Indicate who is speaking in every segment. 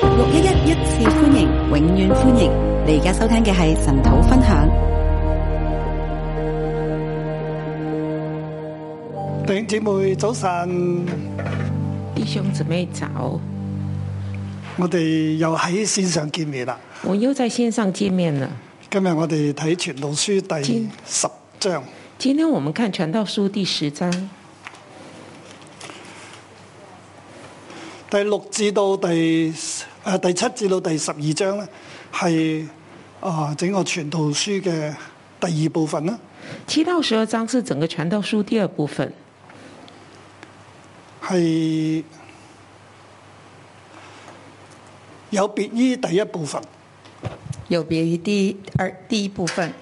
Speaker 1: 六一一一次歡迎，永遠歡迎！你而家收聽嘅係神土分享。
Speaker 2: 弟兄姊妹早晨，
Speaker 3: 弟兄姊妹早，
Speaker 2: 我哋又喺線上見面啦。
Speaker 3: 我又在线上见面了。
Speaker 2: 今日我哋睇《傳道書》第十章，
Speaker 3: 今天我们看《传道书》第十章
Speaker 2: 第六至到第誒、呃第七至到第十二章咧，係啊、整個《傳道書》嘅第二部分啦，
Speaker 3: 七到十二章是整个《传道书》第二部分，
Speaker 2: 係有別於第一部分。
Speaker 4: 有別於第二第一部分，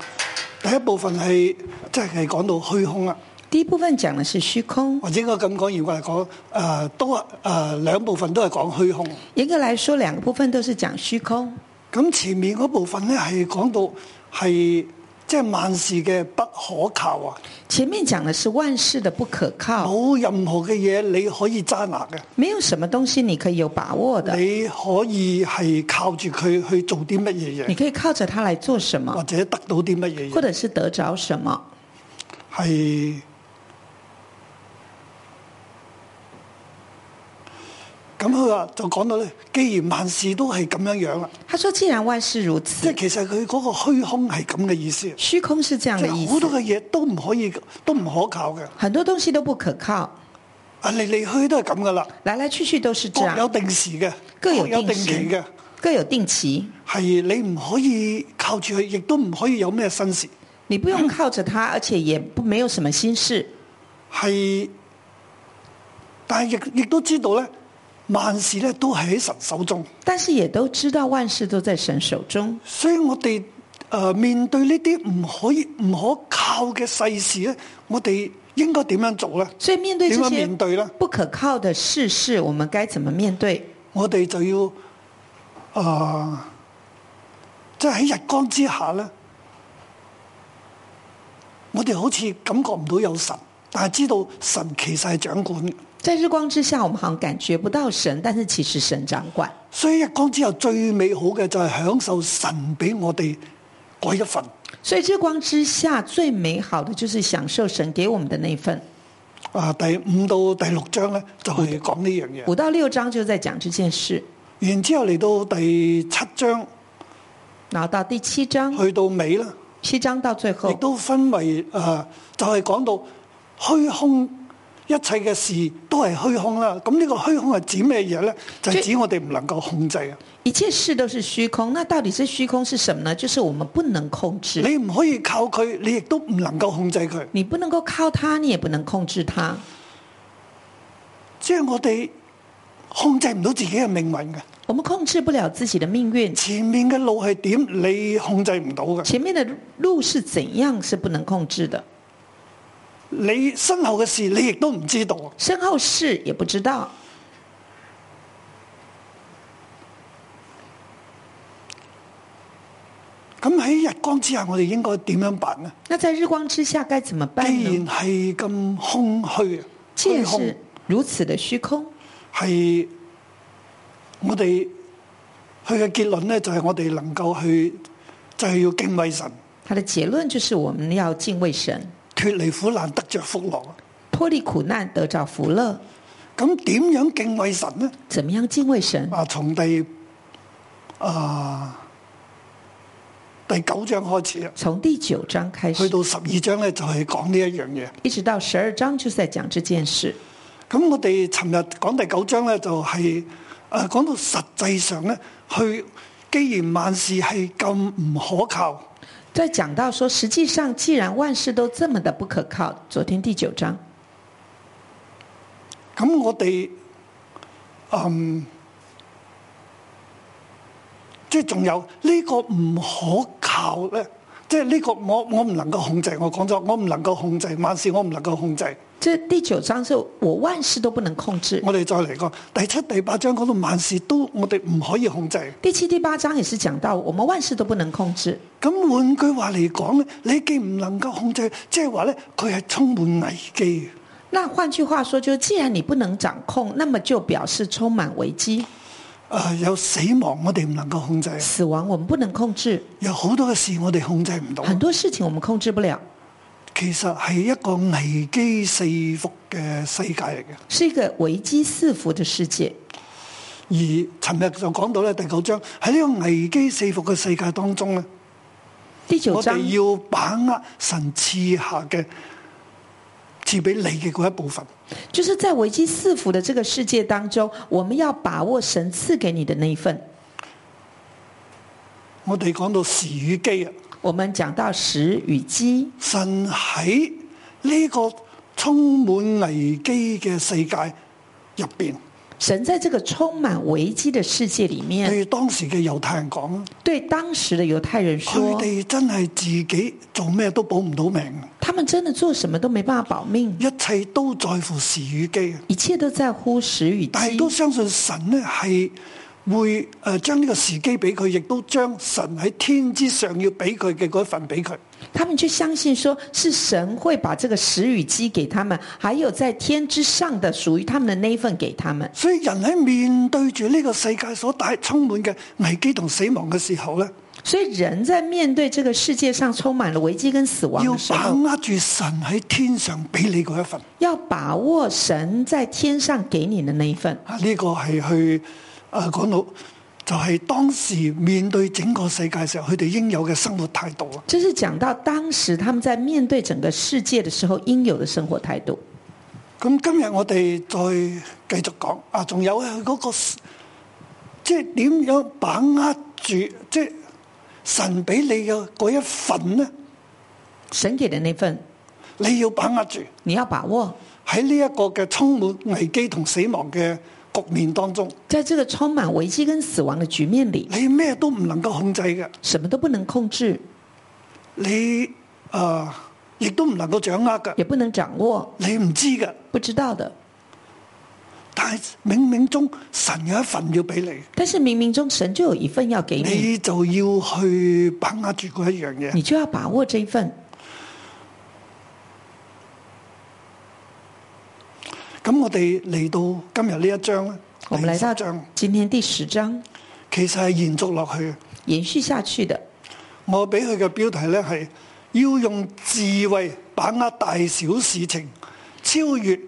Speaker 2: 第一部分係即係講到虛空啦，
Speaker 4: 第一部分講的是虛空。
Speaker 2: 或者應該咁講，如果係講誒都係誒、呃、兩部分都係講虛空。
Speaker 4: 嚴格來說，兩個部分都是講虛空。
Speaker 2: 咁前面嗰部分咧係講到係即係萬事嘅不可靠啊，
Speaker 4: 前面講的是萬事的不可靠，
Speaker 2: 冇任何嘅嘢你可以揸拿嘅，
Speaker 4: 沒有什麼東西你可以有把握的，
Speaker 2: 你可以係靠住佢去做啲乜嘢
Speaker 4: 你
Speaker 2: 嘢，
Speaker 4: 可以靠着它來做什
Speaker 2: 或
Speaker 4: 麼，
Speaker 2: 者得到啲乜嘢
Speaker 4: 或
Speaker 2: 嘢，
Speaker 4: 者是得着什麼。
Speaker 2: 係。咁佢話就講到咧，既然萬事都係咁樣樣啦，啊
Speaker 4: 他說：既然萬事如
Speaker 2: 即
Speaker 4: 此
Speaker 2: 係，其實佢嗰個虛空係咁嘅意思，啊即
Speaker 4: 虛空是這樣的意
Speaker 2: 係好多
Speaker 4: 思，
Speaker 2: 嘅嘢都唔可以，都唔可靠嘅，
Speaker 4: 很多東西都不可靠，
Speaker 2: 啊嚟嚟去去都係咁噶啦。
Speaker 4: 來來去去都是這
Speaker 2: 各有
Speaker 4: 樣，
Speaker 2: 定時嘅，
Speaker 4: 啊各有
Speaker 2: 定
Speaker 4: 定時
Speaker 2: 期嘅，
Speaker 4: 各有定期，
Speaker 2: 係你唔可以靠住佢，亦都唔可以有咩新事，
Speaker 4: 你不用靠着它，而且也不沒有什麼心事。
Speaker 2: 係，但係亦亦都知道咧，萬事咧都係喺神手中，
Speaker 4: 但是也都知道萬事都在神手中，
Speaker 2: 所以我哋誒、呃面對呢啲唔可以唔可靠嘅世事咧，我哋應該點樣做咧？
Speaker 4: 所以面對
Speaker 2: 點
Speaker 4: 這
Speaker 2: 樣
Speaker 4: 些
Speaker 2: 面對咧？
Speaker 4: 不可靠的世事，我們該怎麼面對？
Speaker 2: 我哋就要誒、呃即係喺日光之下咧，我哋好似感覺唔到有神，但係知道神其實係掌管嘅。
Speaker 4: 在日光之下，我們好像感覺不到神，但是其實神掌管。
Speaker 2: 所以日光之後最美好嘅就係享受神俾我哋嗰一份。
Speaker 4: 所以日光之下最美好的就是享受神給我們的那一份。
Speaker 2: 啊，第五到第六章咧就係講呢樣嘢，
Speaker 4: 五到六章就在講這件事，
Speaker 2: 然之後嚟到第七章
Speaker 4: 然後到第七章，
Speaker 2: 去到尾啦，
Speaker 4: 七章到最
Speaker 2: 亦
Speaker 4: 後
Speaker 2: 都分為誒、呃就係、講到虛空，一切嘅事都係虛空啦。咁呢個虛空係指咩嘢咧？就係、
Speaker 4: 即
Speaker 2: 指我哋唔能夠控制啊嘅，
Speaker 4: 一切事都是虛空。那到底是虛空是什麼呢？就是我們不能控制，
Speaker 2: 你唔可以靠佢，你亦都唔能夠控制佢。
Speaker 4: 你不能夠靠它，你也不能控制它。
Speaker 2: 即係我哋控制唔到自己嘅命運嘅。
Speaker 4: 我們控制不了自己的命運，
Speaker 2: 前面嘅路係點，你控制唔到嘅。
Speaker 4: 前面的路是怎樣是不能控制的，
Speaker 2: 你身後嘅事，你亦都唔知道。啊
Speaker 4: 身後事也不知道。
Speaker 2: 咁喺日光之下，我哋應該點樣辦呢？
Speaker 4: 那在日光之下該怎麼辦
Speaker 2: 既然
Speaker 4: 呢？
Speaker 2: 係咁空虛，
Speaker 4: 既然
Speaker 2: 虛空
Speaker 4: 是如此的虛空，
Speaker 2: 係我哋佢嘅結論咧，就係我哋能夠去，就係、要敬畏神，
Speaker 4: 它的結論就是我們要敬畏神，
Speaker 2: 脱離苦難，得着福樂。啊
Speaker 4: 脫離苦難，得着福樂。
Speaker 2: 咁點樣敬畏神呢？
Speaker 4: 怎麼樣敬畏神？
Speaker 2: 啊，從第啊第九章開始啊，
Speaker 4: 從第九章開
Speaker 2: 去
Speaker 4: 始，
Speaker 2: 到十二章咧，就係講呢一樣嘢。
Speaker 4: 一直到十二章，就是在講這件事。
Speaker 2: 咁我哋尋日講第九章咧，就係、誒講到實際上咧，去既然萬事係咁唔可靠，
Speaker 4: 在講到說，實際上既然萬事都這麼的不可靠，昨天第九章，
Speaker 2: 咁我哋嗯，即係仲有呢、個唔可靠咧，即係呢個我我唔能夠控制，我講咗我唔能夠控制萬事，我唔能夠控制。
Speaker 4: 這第九章是我萬事都不能控制。
Speaker 2: 我哋再嚟講第七、第八章講到萬事都我哋唔可以控制。
Speaker 4: 第七、第八章也是講到，我們萬事都不能控制。
Speaker 2: 咁換句話嚟講咧，你既唔能夠控制，即係話咧，佢係充滿危機嘅。
Speaker 4: 那換句話說，就是既然你不能掌控，那麼就表示充滿危機。
Speaker 2: 誒、呃有死亡我哋唔能夠控制，
Speaker 4: 死亡我们不能控制，
Speaker 2: 有好多嘅事我哋控制唔到，
Speaker 4: 很多事情我们控制不了，
Speaker 2: 其實係一個危機四伏嘅世界嚟嘅。
Speaker 4: 是一个危机四伏的世界。
Speaker 2: 而尋日就講到咧第九章喺呢個危機四伏嘅世界當中咧，
Speaker 4: 第九
Speaker 2: 我哋
Speaker 4: 章，
Speaker 2: 要把握神賜下嘅賜俾你嘅嗰一部分。
Speaker 4: 就是在危机四伏的这个世界当中，我们要把握神赐给你的那一份。
Speaker 2: 我哋講到時與機啊，
Speaker 4: 我们讲到时与机，
Speaker 2: 神喺呢個充滿危機嘅世界入邊，
Speaker 4: 神在这个充满危机的世界里面，
Speaker 2: 對當時嘅猶太人講，啊
Speaker 4: 对当时的猶太人
Speaker 2: 佢
Speaker 4: 说，
Speaker 2: 哋真係自己做咩都保唔到命，
Speaker 4: 他们真的做什么都没办法保命，
Speaker 2: 一切都在乎時與機。啊
Speaker 4: 一切都在乎时与
Speaker 2: 但係
Speaker 4: 机
Speaker 2: 都。相信神咧係會誒將呢個時機俾佢，亦都將神喺天之上要俾佢嘅嗰一份俾佢。
Speaker 4: 他们却相信说是神会把这个时与机给他们，还有在天之上的属于他们的那一份给他们。
Speaker 2: 所以人喺面對住呢個世界所帶充滿嘅危機同死亡嘅時候咧，
Speaker 4: 所以人在面对这个世界上充满了危机跟死亡
Speaker 2: 要
Speaker 4: 的时
Speaker 2: 把
Speaker 4: 候，
Speaker 2: 握住神喺天上俾你嗰一份
Speaker 4: 要把握神在天上给你的那一份。
Speaker 2: 啊！呢、個係去誒講到就係、當時面對整個世界時候，佢哋應有嘅生活態度啊！
Speaker 4: 这是讲到当时他们在面对整个世界的时候应有的生活态度。
Speaker 2: 咁今日我哋再繼續講啊，仲有佢嗰、個 s- 即係點樣把握住，即係神俾你嘅嗰一份咧，
Speaker 4: 神给的那份，
Speaker 2: 你要把握住
Speaker 4: 你要把握。
Speaker 2: 喺呢一個嘅充滿危機同死亡嘅局面當中，
Speaker 4: 在这个充满危机跟死亡的局面里，
Speaker 2: 你咩都唔能夠控制嘅，
Speaker 4: 什么都不能控制，
Speaker 2: 你啊亦、都唔能夠掌握嘅，
Speaker 4: 也不能掌握，
Speaker 2: 你唔知嘅，
Speaker 4: 不知道的。
Speaker 2: 但係冥冥中神有一份要俾你，
Speaker 4: 但是冥冥中神就有一份要给你，
Speaker 2: 你就要去把握住嗰一樣嘢。
Speaker 4: 你就要把握这一份。
Speaker 2: 咁我哋嚟到今日呢一章咧，
Speaker 4: 我们来
Speaker 2: 第
Speaker 4: 到
Speaker 2: 十章
Speaker 4: 今天第十章，
Speaker 2: 其實係延續落去嘅。
Speaker 4: 延续下去的，
Speaker 2: 我俾佢嘅標題咧係要用智慧把握大小事情，超越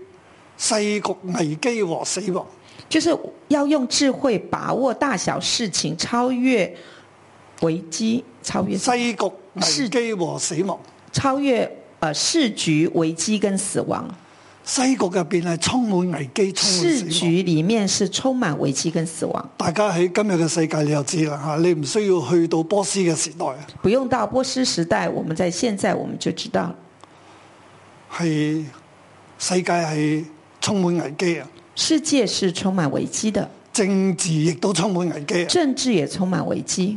Speaker 2: 世局危機和死亡。
Speaker 4: 就是要用智慧把握大小事情，超越危机，超越
Speaker 2: 世局危機和死亡，
Speaker 4: 超越呃市局危机跟死亡。
Speaker 2: 世局入邊係充滿危機，充滿
Speaker 4: 市
Speaker 2: 死亡。
Speaker 4: 局里面是充满危机跟死亡，
Speaker 2: 大家喺今日嘅世界，你就知啦嚇，你唔需要去到波斯嘅時代，啊
Speaker 4: 不用到波斯时代，我们在现在我们就知道了，
Speaker 2: 係世界係充滿危機啊，
Speaker 4: 世界是充满危机的，
Speaker 2: 政治亦都充滿危機啊。
Speaker 4: 政治也充满危机，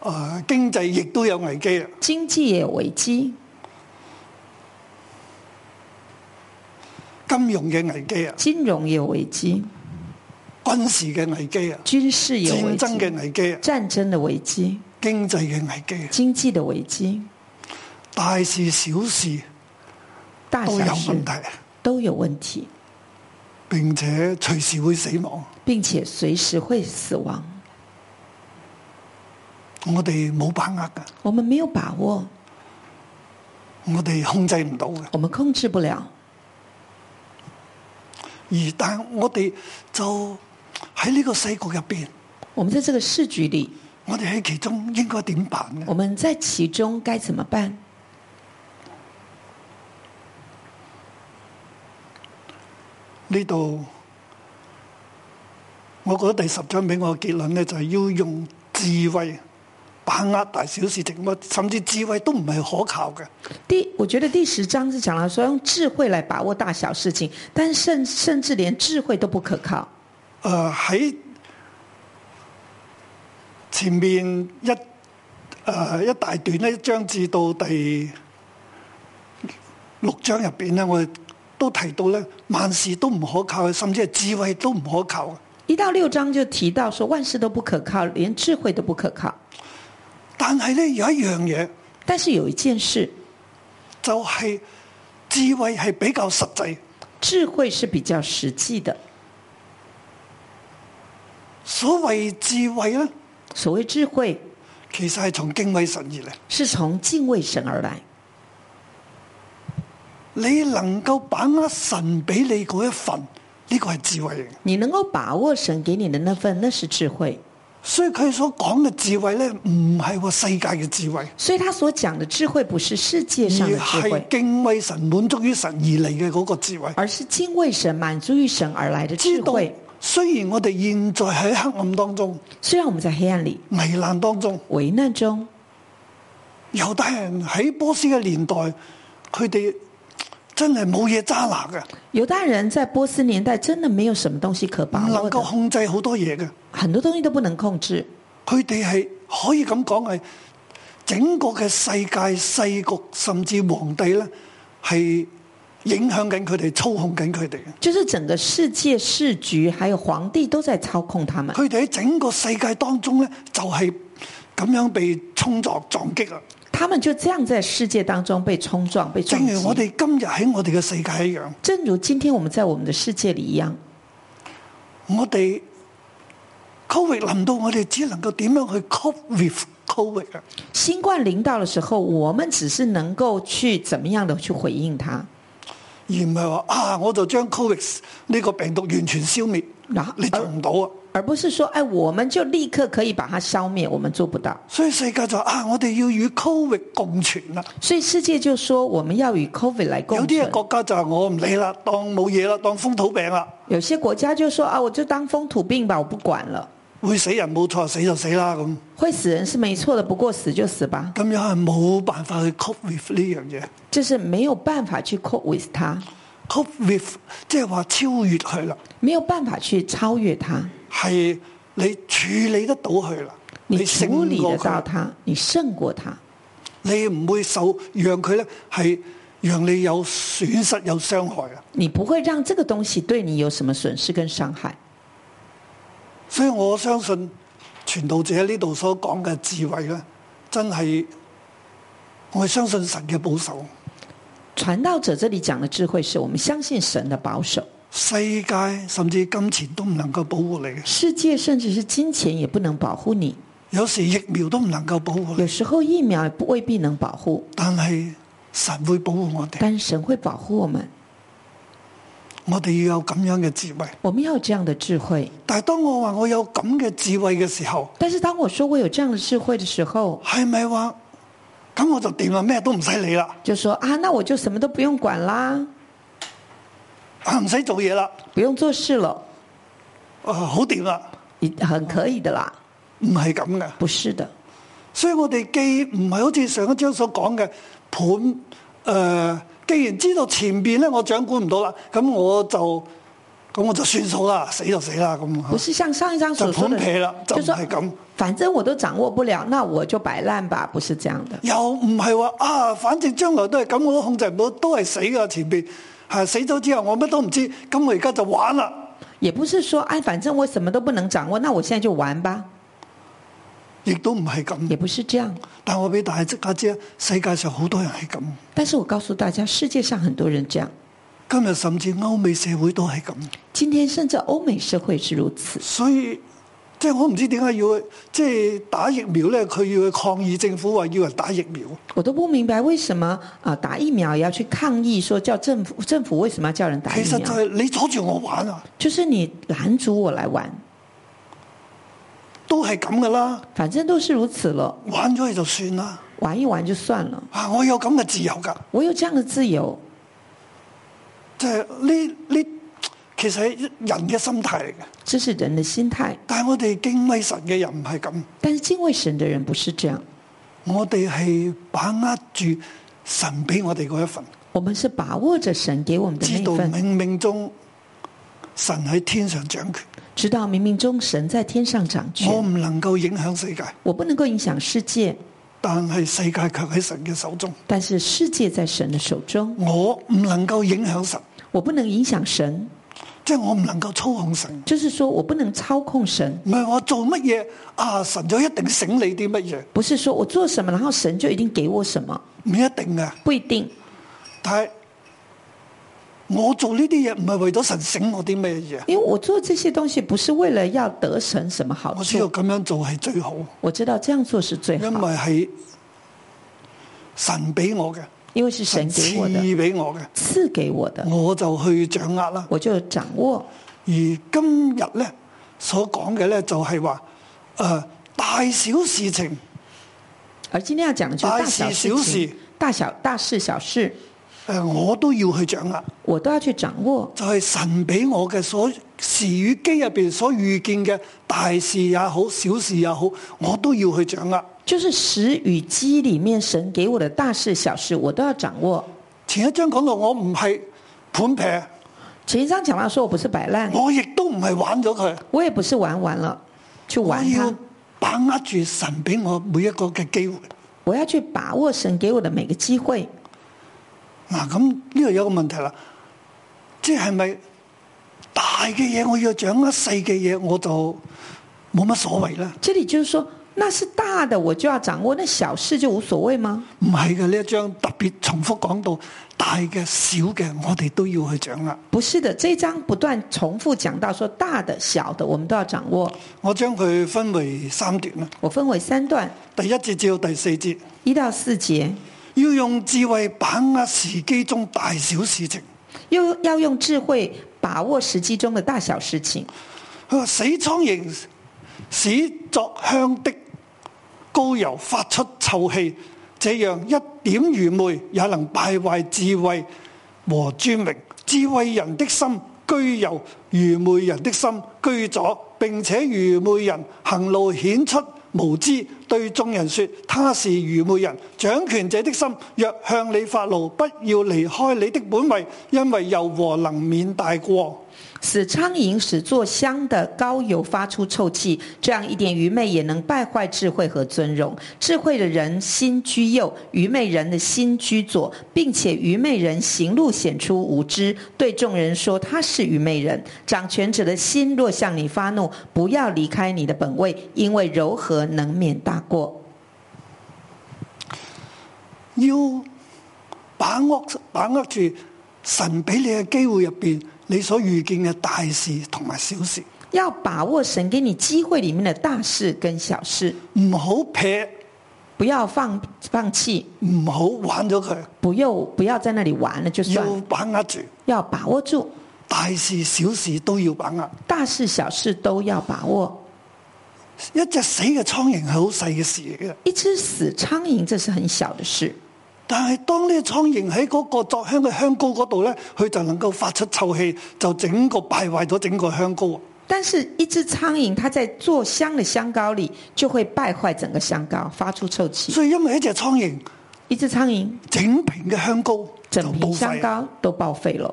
Speaker 2: 啊，經濟亦都有危啊機啦。
Speaker 4: 经济也有危机，
Speaker 2: 金融嘅危機啊，
Speaker 4: 金融也有危机，
Speaker 2: 軍事嘅危機啊，
Speaker 4: 军事也有危
Speaker 2: 戰爭
Speaker 4: 机，
Speaker 2: 嘅危機啊，
Speaker 4: 战争的危机，
Speaker 2: 經濟嘅危機啊，
Speaker 4: 经济的危机，
Speaker 2: 大事小事
Speaker 4: 大
Speaker 2: 都有
Speaker 4: 小事
Speaker 2: 問題啊，
Speaker 4: 都有問題，
Speaker 2: 並且隨時會死亡。啊
Speaker 4: 并且随时会死亡。
Speaker 2: 我哋冇把握㗎，
Speaker 4: 我们没有把握，
Speaker 2: 我哋控制唔到嘅。
Speaker 4: 我们控制不了。
Speaker 2: 而但我哋就喺呢個世局入邊，
Speaker 4: 我们在这个市局里，
Speaker 2: 我哋喺其中應該點辦呢？
Speaker 4: 我们在其中该怎么办？
Speaker 2: 呢度我覺得第十章俾我嘅結論呢，就係、要用智慧把握大小事情，乜甚至智慧都唔係可靠嘅。
Speaker 4: 第，我觉得第十章是讲到说用智慧来把握大小事情，但甚甚至连智慧都不可靠。
Speaker 2: 誒、呃喺前面一誒、一大段呢，一章至到第六章入邊呢，我哋都提到呢，萬事都唔可靠，甚至係智慧都唔可靠。
Speaker 4: 一到六章就提到说万事都不可靠，连智慧都不可靠。
Speaker 2: 但係呢，有一樣嘢
Speaker 4: 但是有一件事，
Speaker 2: 就係、智慧係比較實際。
Speaker 4: 智慧是比较实际的，
Speaker 2: 所謂智慧咧，
Speaker 4: 所谓智慧
Speaker 2: 其實係從敬畏神而嚟。
Speaker 4: 是从敬畏神而来，
Speaker 2: 你能夠把握神俾你嗰一份，呢、個係智慧嚟嘅。
Speaker 4: 你能够把握神给你的那份，那是智慧。
Speaker 2: 所以佢所講嘅智慧咧，唔係話世界嘅智慧，
Speaker 4: 所以他所讲的智慧不是世界
Speaker 2: 而
Speaker 4: 上的智慧
Speaker 2: 係，敬畏神、滿足於神而嚟嘅嗰個智慧。
Speaker 4: 而是敬畏神、满足于神而来的
Speaker 2: 知
Speaker 4: 智
Speaker 2: 道
Speaker 4: 慧。
Speaker 2: 雖然我哋現在喺黑暗當中、
Speaker 4: 虽然我们在黑暗里、
Speaker 2: 危難當中，
Speaker 4: 危难中，
Speaker 2: 猶太人喺波斯嘅年代，佢哋真係冇嘢揸拿嘅，
Speaker 4: 犹大人在波斯年代真的没有什么东西可把
Speaker 2: 唔
Speaker 4: 握
Speaker 2: 能
Speaker 4: 的
Speaker 2: 夠，控制好多嘢嘅。
Speaker 4: 很多东西都不能控制。
Speaker 2: 佢哋係可以咁講係整個嘅世界世局，甚至皇帝咧係影響緊佢哋、操控緊佢哋嘅。
Speaker 4: 就是整个世界世局，还有皇帝都在操控他们。
Speaker 2: 佢哋喺整個世界當中咧，就係、咁樣被衝撞撞擊啊！
Speaker 4: 他们就这样在世界当中被冲撞、被撞
Speaker 2: 正如我
Speaker 4: 击。
Speaker 2: 哋今日喺我哋嘅世界一樣，
Speaker 4: 正如今天我们在我们的世界里一样，
Speaker 2: 我哋 Covid 臨到我哋，只能夠點樣去 cope with Covid 啊？
Speaker 4: 新冠临到的时候，我们只是能够去怎么样的去回应它。
Speaker 2: 而唔係話啊，我就將 Covid 呢個病毒完全消滅，
Speaker 4: 嗱
Speaker 2: 你做唔到啊！
Speaker 4: 而不是说，哎，我们就立刻可以把它消灭，我们做不到。
Speaker 2: 所以世界就話啊，我哋要與 Covid 共存啦。
Speaker 4: 所以世界就说，我们要与 COVID 来
Speaker 2: 有
Speaker 4: 共
Speaker 2: 啲
Speaker 4: 存
Speaker 2: 嘅。國家就話我唔理啦，當冇嘢啦，當風土病啦，
Speaker 4: 有些国家就说啊，我就当风土病吧，我不管了，
Speaker 2: 會死人冇錯，死就死啦咁。
Speaker 4: 会死人是没错的，不过死就死吧，
Speaker 2: 咁樣係冇辦法去 cope with 呢樣嘢
Speaker 4: 就是没有办法去 cope with 它，
Speaker 2: ，cope with 即係話超越佢啦，
Speaker 4: 没有办法去超越它，
Speaker 2: 係你處理得到佢啦，
Speaker 4: 你
Speaker 2: 勝
Speaker 4: 处理得
Speaker 2: 過
Speaker 4: 到
Speaker 2: 佢，
Speaker 4: 它，你胜过它，
Speaker 2: 你唔會受讓佢咧係讓你有損失有傷害啊。
Speaker 4: 你不会让这个东西对你有什么损失跟伤害。
Speaker 2: 所以我相信傳道者呢度所講嘅智慧咧，真係我係相信神嘅保守。
Speaker 4: 传道者这里讲的智慧是我们相信神的保守，
Speaker 2: 世界甚至金錢都唔能夠保護你嘅，
Speaker 4: 世界甚至是金钱也不能保护你，
Speaker 2: 有時疫苗都唔能夠保護
Speaker 4: 有
Speaker 2: 你，
Speaker 4: 时候疫苗也不未必能保护，
Speaker 2: 但係神會保護我哋。
Speaker 4: 但是神会保护我们，
Speaker 2: 我哋要有咁樣嘅智慧。
Speaker 4: 我们要有这样的智慧。
Speaker 2: 但係當我話我有咁嘅智慧嘅時候，
Speaker 4: 但是当我说我有这样的智慧的时候，
Speaker 2: 係咪話咁我就掂啦？咩都唔使理啦，
Speaker 4: 就说啊，那我就什么都不用管啦，
Speaker 2: 啊唔使做嘢啦，
Speaker 4: 不用做事了，
Speaker 2: 啊好掂啦，
Speaker 4: 你很可以的啦。
Speaker 2: 唔係咁嘅。
Speaker 4: 不是的，
Speaker 2: 啊所以我哋既唔係好似上一章所講嘅盤诶、呃既然知道前邊咧我掌管唔到啦，咁我就咁我就算數啦，死就死啦咁。啊
Speaker 4: 不是像上一章所说
Speaker 2: 就捧皮
Speaker 4: 的
Speaker 2: 了，就
Speaker 4: 就说
Speaker 2: 唔係咁
Speaker 4: 反正我都掌握不了，那我就摆烂吧，不是这样的。
Speaker 2: 又唔係話啊，反正將來都係咁，我都控制唔到，都係死噶前邊。係死咗之後，我乜都唔知，咁我而家就玩啦。
Speaker 4: 也不是说哎，反正我什么都不能掌握，那我现在就玩吧，
Speaker 2: 亦都唔係咁。
Speaker 4: 也不是这样。
Speaker 2: 但我俾大家知啊，世界上好多人係咁，
Speaker 4: 但是我告诉大家，世界上很多人这样，
Speaker 2: 今日甚至歐美社會都係咁。
Speaker 4: 今天甚至欧美社會是如此。
Speaker 2: 所以即係我唔知點解要即係打疫苗咧，佢要去抗議政府話要人打疫苗。
Speaker 4: 我都不明白为什么啊打疫苗也要去抗议，说叫政府政府为什么要叫人打疫
Speaker 2: 其實就
Speaker 4: 苗？
Speaker 2: 係你阻住我玩啊，
Speaker 4: 就是你拦阻我来玩，
Speaker 2: 都係咁噶啦，
Speaker 4: 反正都是如此了，
Speaker 2: 玩咗佢就算啦。
Speaker 4: 玩一玩就算了。
Speaker 2: 啊，我有咁嘅自由㗎。
Speaker 4: 我有这样的自由，
Speaker 2: 即係呢呢，其實係人嘅心態嚟嘅。
Speaker 4: 这是人的心态。
Speaker 2: 但係我哋敬畏神嘅人唔係咁，
Speaker 4: 但是敬畏神的人不是这样，
Speaker 2: 我哋係把握住神俾我哋嗰一份，
Speaker 4: 我们是把握着神给我们的
Speaker 2: 知道
Speaker 4: 那份，
Speaker 2: 冥冥中神喺天上掌權，
Speaker 4: 直到冥冥中神在天上掌
Speaker 2: 我
Speaker 4: 权。
Speaker 2: 唔能夠影響世界，
Speaker 4: 我不能够影响世界，
Speaker 2: 但係世界卻喺神嘅手中。
Speaker 4: 但是世界在神的手中，
Speaker 2: 我唔能夠影響神，
Speaker 4: 我不能影响神，
Speaker 2: 即係我唔能夠操控神。
Speaker 4: 就是说我不能操控神，
Speaker 2: 唔係我做乜嘢啊，神就一定醒你啲乜嘢，
Speaker 4: 不是说我做什么，然后神就一定给我什么，
Speaker 2: 唔一定嘅。
Speaker 4: 不一定。
Speaker 2: 但係我做呢啲嘢唔係為咗神醒我啲咩嘢，
Speaker 4: 因为我做这些东西不是为了要得神什么好
Speaker 2: 我知道
Speaker 4: 处，
Speaker 2: 咁樣做係最好，
Speaker 4: 我知道这样做是最
Speaker 2: 因為
Speaker 4: 好，
Speaker 2: 係神俾我嘅，
Speaker 4: 因为是神
Speaker 2: 神
Speaker 4: 给我的，
Speaker 2: 賜俾我嘅，
Speaker 4: 赐给我的，
Speaker 2: 我就去掌握啦。
Speaker 4: 我就掌握。
Speaker 2: 而今日咧所講嘅咧就係話，诶、大小事情
Speaker 4: 而今天要讲的就是大小
Speaker 2: 大事
Speaker 4: 事
Speaker 2: 小
Speaker 4: 情
Speaker 2: 事，
Speaker 4: 大小大事小事，
Speaker 2: 诶、呃我都要去掌握，
Speaker 4: 我都要去掌握。
Speaker 2: 就係神俾我嘅所時與機入边所遇見嘅大事也好，小事也好，我都要去掌握。
Speaker 4: 就是时与机里面神给我的大事小事，我都要掌握。
Speaker 2: 前一章講到我唔係盤平，
Speaker 4: 前一章讲到说我不是摆烂，
Speaker 2: 我亦都唔係玩咗佢，
Speaker 4: 我也不是玩完了去
Speaker 2: 我
Speaker 4: 玩啊
Speaker 2: 要
Speaker 4: 它，
Speaker 2: 把握住神俾我每一個嘅機會。
Speaker 4: 我要去把握神给我的每个机会。
Speaker 2: 嗱，咁呢度有個問題啦，即係咪大嘅嘢我要掌握，細嘅嘢我就冇乜所謂咧？
Speaker 4: 这里就是说，那是大的我就要掌握，那小事就无所谓吗？
Speaker 2: 唔係嘅，呢一章特別重複講到大嘅、小嘅，我哋都要去掌握。
Speaker 4: 不是的，这一章不断重复讲到说大的、小的我们都要掌握。
Speaker 2: 我將佢分為三段啦，
Speaker 4: 我分为三段，
Speaker 2: 第一節至到第四節，
Speaker 4: 一到四节，
Speaker 2: 要用智慧把握時機中大小事情。
Speaker 4: 又要用智慧把握时机中的大小事情。
Speaker 2: 佢話：死蒼蠅使作香的膏油發出臭氣，這樣一點愚昧也能敗壞智慧和尊榮。智慧人的心居右，愚昧人的心居左。並且愚昧人行路顯出無知，對眾人說：他是愚昧人。掌權者的心若向你發怒，不要離開你的本位，因為柔和能免大過。
Speaker 4: 使苍蝇使做香的膏油发出臭气，这样一点愚昧也能败坏智慧和尊荣。智慧的人心居右，愚昧人的心居左，并且愚昧人行路显出无知，对众人说他是愚昧人。掌权者的心若向你发怒，不要离开你的本位，因为柔和能免大过。
Speaker 2: 要把握把握住神俾你嘅機會入边，你所遇見嘅大事同埋小事，
Speaker 4: 要把握神给你机会里面的大事跟小事，
Speaker 2: 唔好撇，
Speaker 4: 不要放放弃，
Speaker 2: 唔好玩咗佢，
Speaker 4: 不要不要在那里玩了就算了
Speaker 2: 要把握住
Speaker 4: 要把握住，
Speaker 2: 大事小事都要把握。
Speaker 4: 大事小事都要把握。
Speaker 2: 一隻死嘅蒼蠅係好細嘅事嚟嘅，
Speaker 4: 一只死苍蝇，这是很小的事，
Speaker 2: 但係當呢個蒼蠅喺嗰個作香嘅香膏嗰度咧，佢就能夠發出臭氣，就整個敗壞咗整個香膏。
Speaker 4: 但是一只苍蝇，它在做香的香膏里就会败坏整个香膏，发出臭气。
Speaker 2: 所以因為一隻蒼蠅，
Speaker 4: 一只苍蝇，
Speaker 2: 整瓶嘅香膏就
Speaker 4: 整
Speaker 2: 報
Speaker 4: 瓶香
Speaker 2: 廢啦。
Speaker 4: 膏都报废了。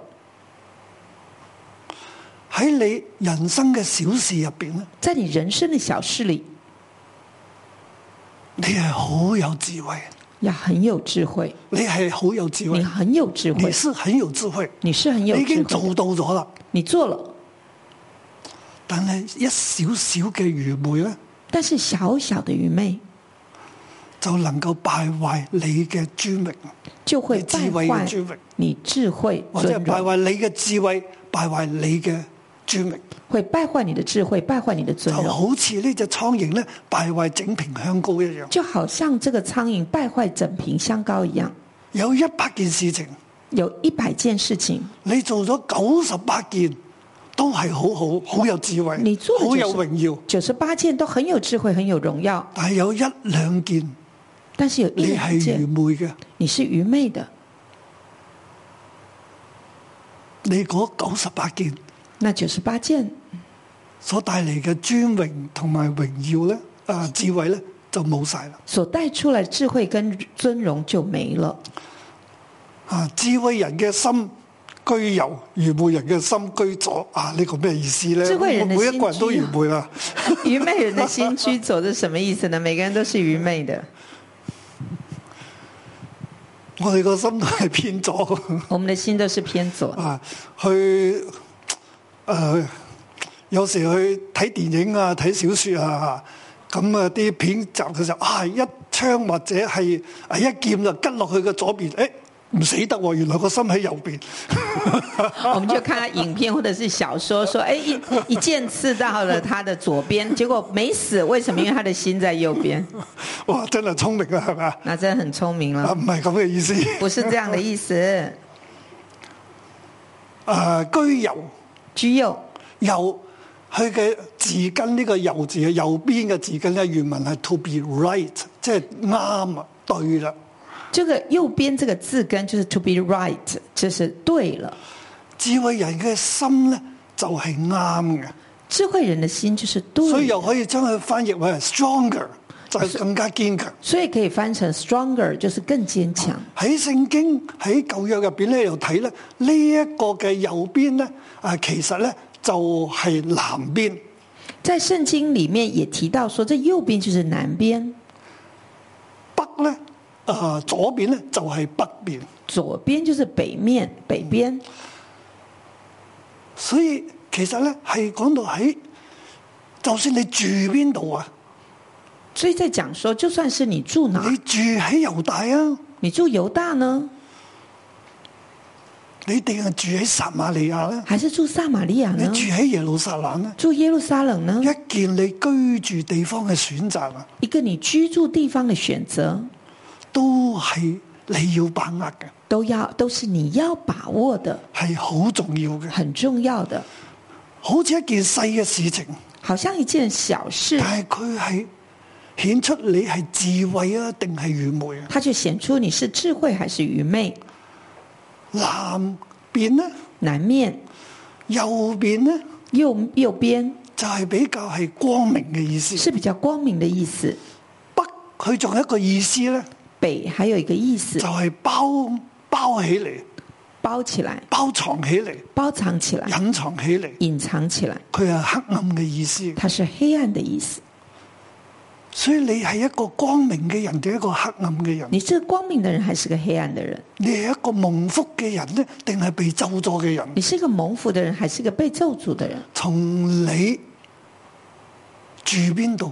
Speaker 2: 喺你人生嘅小事入边咧。
Speaker 4: 在你人生的小事里，
Speaker 2: 你係好有智慧，
Speaker 4: 要很有智慧，
Speaker 2: 你係好有智
Speaker 4: 你
Speaker 2: 慧，
Speaker 4: 很有智
Speaker 2: 你
Speaker 4: 慧，
Speaker 2: 是很有智慧，
Speaker 4: 你是很
Speaker 2: 你
Speaker 4: 有
Speaker 2: 已
Speaker 4: 智
Speaker 2: 經
Speaker 4: 慧
Speaker 2: 做
Speaker 4: 的，
Speaker 2: 到咗啦。
Speaker 4: 你做了。
Speaker 2: 但係一少少嘅愚昧咧，
Speaker 4: 但是小小的愚昧
Speaker 2: 就能夠敗壞你嘅尊榮，
Speaker 4: 就会
Speaker 2: 你
Speaker 4: 败
Speaker 2: 智慧
Speaker 4: 坏
Speaker 2: 嘅尊榮，
Speaker 4: 你智慧
Speaker 2: 或者係
Speaker 4: 尊
Speaker 2: 敗
Speaker 4: 荣，
Speaker 2: 壞你嘅智慧，敗壞你嘅尊榮，
Speaker 4: 会败坏你的智慧，败坏你的
Speaker 2: 就
Speaker 4: 尊荣。
Speaker 2: 好似呢只蒼蠅咧敗壞整瓶香膏一樣。
Speaker 4: 就好像这个苍蝇败坏整瓶香膏一样，
Speaker 2: 有一百件事情，
Speaker 4: 有一百件事情，
Speaker 2: 你做咗九十八件，都係好好，好有智慧，
Speaker 4: 你做了
Speaker 2: 好有
Speaker 4: 就是
Speaker 2: 榮耀，
Speaker 4: 九十八件都很有智慧，很有荣耀，
Speaker 2: 但係有一兩件
Speaker 4: 但是有一
Speaker 2: 你
Speaker 4: 两
Speaker 2: 係愚
Speaker 4: 件
Speaker 2: 昧嘅。
Speaker 4: 你是愚昧的，
Speaker 2: 你嗰九十八件
Speaker 4: 那九十八件
Speaker 2: 所帶嚟嘅尊榮同埋榮耀咧，啊智慧咧就冇晒啦。
Speaker 4: 所带出来智慧跟尊荣就没了。
Speaker 2: 啊，智慧人嘅心居右，愚昧人嘅心居左。啊，呢、個咩意思咧？
Speaker 4: 智慧人嘅
Speaker 2: 每
Speaker 4: 啊
Speaker 2: 每一個人都
Speaker 4: 心居
Speaker 2: 愚
Speaker 4: 右
Speaker 2: 昧啦，
Speaker 4: 愚昧人的心居左是什么意思呢？每个人都是愚昧的，
Speaker 2: 我哋個心都係偏左
Speaker 4: 我们的心都是偏左。
Speaker 2: 啊，去诶、呃有時去睇電影啊，睇小说啊。咁啊！啲片集嘅時候，啊一槍或者係啊一劍就吉落去嘅左邊，誒、唔死得喎，原來個心喺右邊。
Speaker 4: 我们就看他影片或者是小说说，哎，一一剑刺到了他的左边，结果没死，为什么？因为他的心在右边。
Speaker 2: 哇，真係聰明啊，係咪啊？
Speaker 4: 那真的很聪明
Speaker 2: 啊，
Speaker 4: 了，
Speaker 2: 唔係咁嘅意思。
Speaker 4: 不是这样的意思。
Speaker 2: 啊，居右
Speaker 4: 居右
Speaker 2: 右，佢嘅字根呢個右字嘅右邊嘅字根咧，原文係 to be right，即係啱啊，對啦。
Speaker 4: 这个右边这个字根就是 to be right，就是对了。
Speaker 2: 智慧人嘅心咧就係啱嘅，
Speaker 4: 智慧人的心就是
Speaker 2: 所以
Speaker 4: 对的，
Speaker 2: 又可以將佢翻譯為 stronger，就係更加堅強。
Speaker 4: 所以可以翻成 stronger，就是更坚强。
Speaker 2: 喺聖經喺舊約入邊咧，又睇咧呢一個嘅右邊咧，啊其實咧就係南邊，
Speaker 4: 在圣经里面也提到说，这右边就是南边，
Speaker 2: 北咧啊左邊咧就係北邊，
Speaker 4: 左边就是北面北边。
Speaker 2: 所以其實咧係講到喺，就算你住邊度啊，
Speaker 4: 所以在讲说，就算是你住哪
Speaker 2: 你，住喺猶大啊，
Speaker 4: 你住犹大呢，
Speaker 2: 你定係住喺撒瑪利亞咧，
Speaker 4: 还是住撒玛利亚
Speaker 2: 你
Speaker 4: 呢？
Speaker 2: 住喺耶路撒冷啊咧，
Speaker 4: 住耶路撒冷呢？
Speaker 2: 一件你居住地方嘅選擇啊，
Speaker 4: 一个你居住地方的选择，
Speaker 2: 都係你要把握嘅，
Speaker 4: 都要都是你要把握的，
Speaker 2: 係好重要嘅，
Speaker 4: 很重要的。
Speaker 2: 好似一件細嘅事情。
Speaker 4: 好像一件小事，
Speaker 2: 但系佢係顯出你係智慧啊，定係愚昧啊？
Speaker 4: 它却显出你是智慧还是愚昧。
Speaker 2: 南邊呢，
Speaker 4: 南面
Speaker 2: 右邊呢，
Speaker 4: 右右边
Speaker 2: 就係比較係光明嘅意思。
Speaker 4: 是比较光明的意思，
Speaker 2: 北佢仲有一個意思咧，
Speaker 4: 北还有一个意思
Speaker 2: 就係包包起嚟、
Speaker 4: 包起来、
Speaker 2: 包藏起嚟、
Speaker 4: 包藏起来、
Speaker 2: 隱藏起嚟，
Speaker 4: 隐藏起来，
Speaker 2: 佢係黑暗嘅意思。
Speaker 4: 它是黑暗的意思。
Speaker 2: 所以你係一個光明嘅人，定一個黑暗嘅人？
Speaker 4: 你是个光明的人还是个黑暗的人？
Speaker 2: 你係一個蒙福嘅人呢，定係被咒詛嘅人
Speaker 4: 你？是个蒙福的人还是个被咒诅的人？
Speaker 2: 從你住邊度，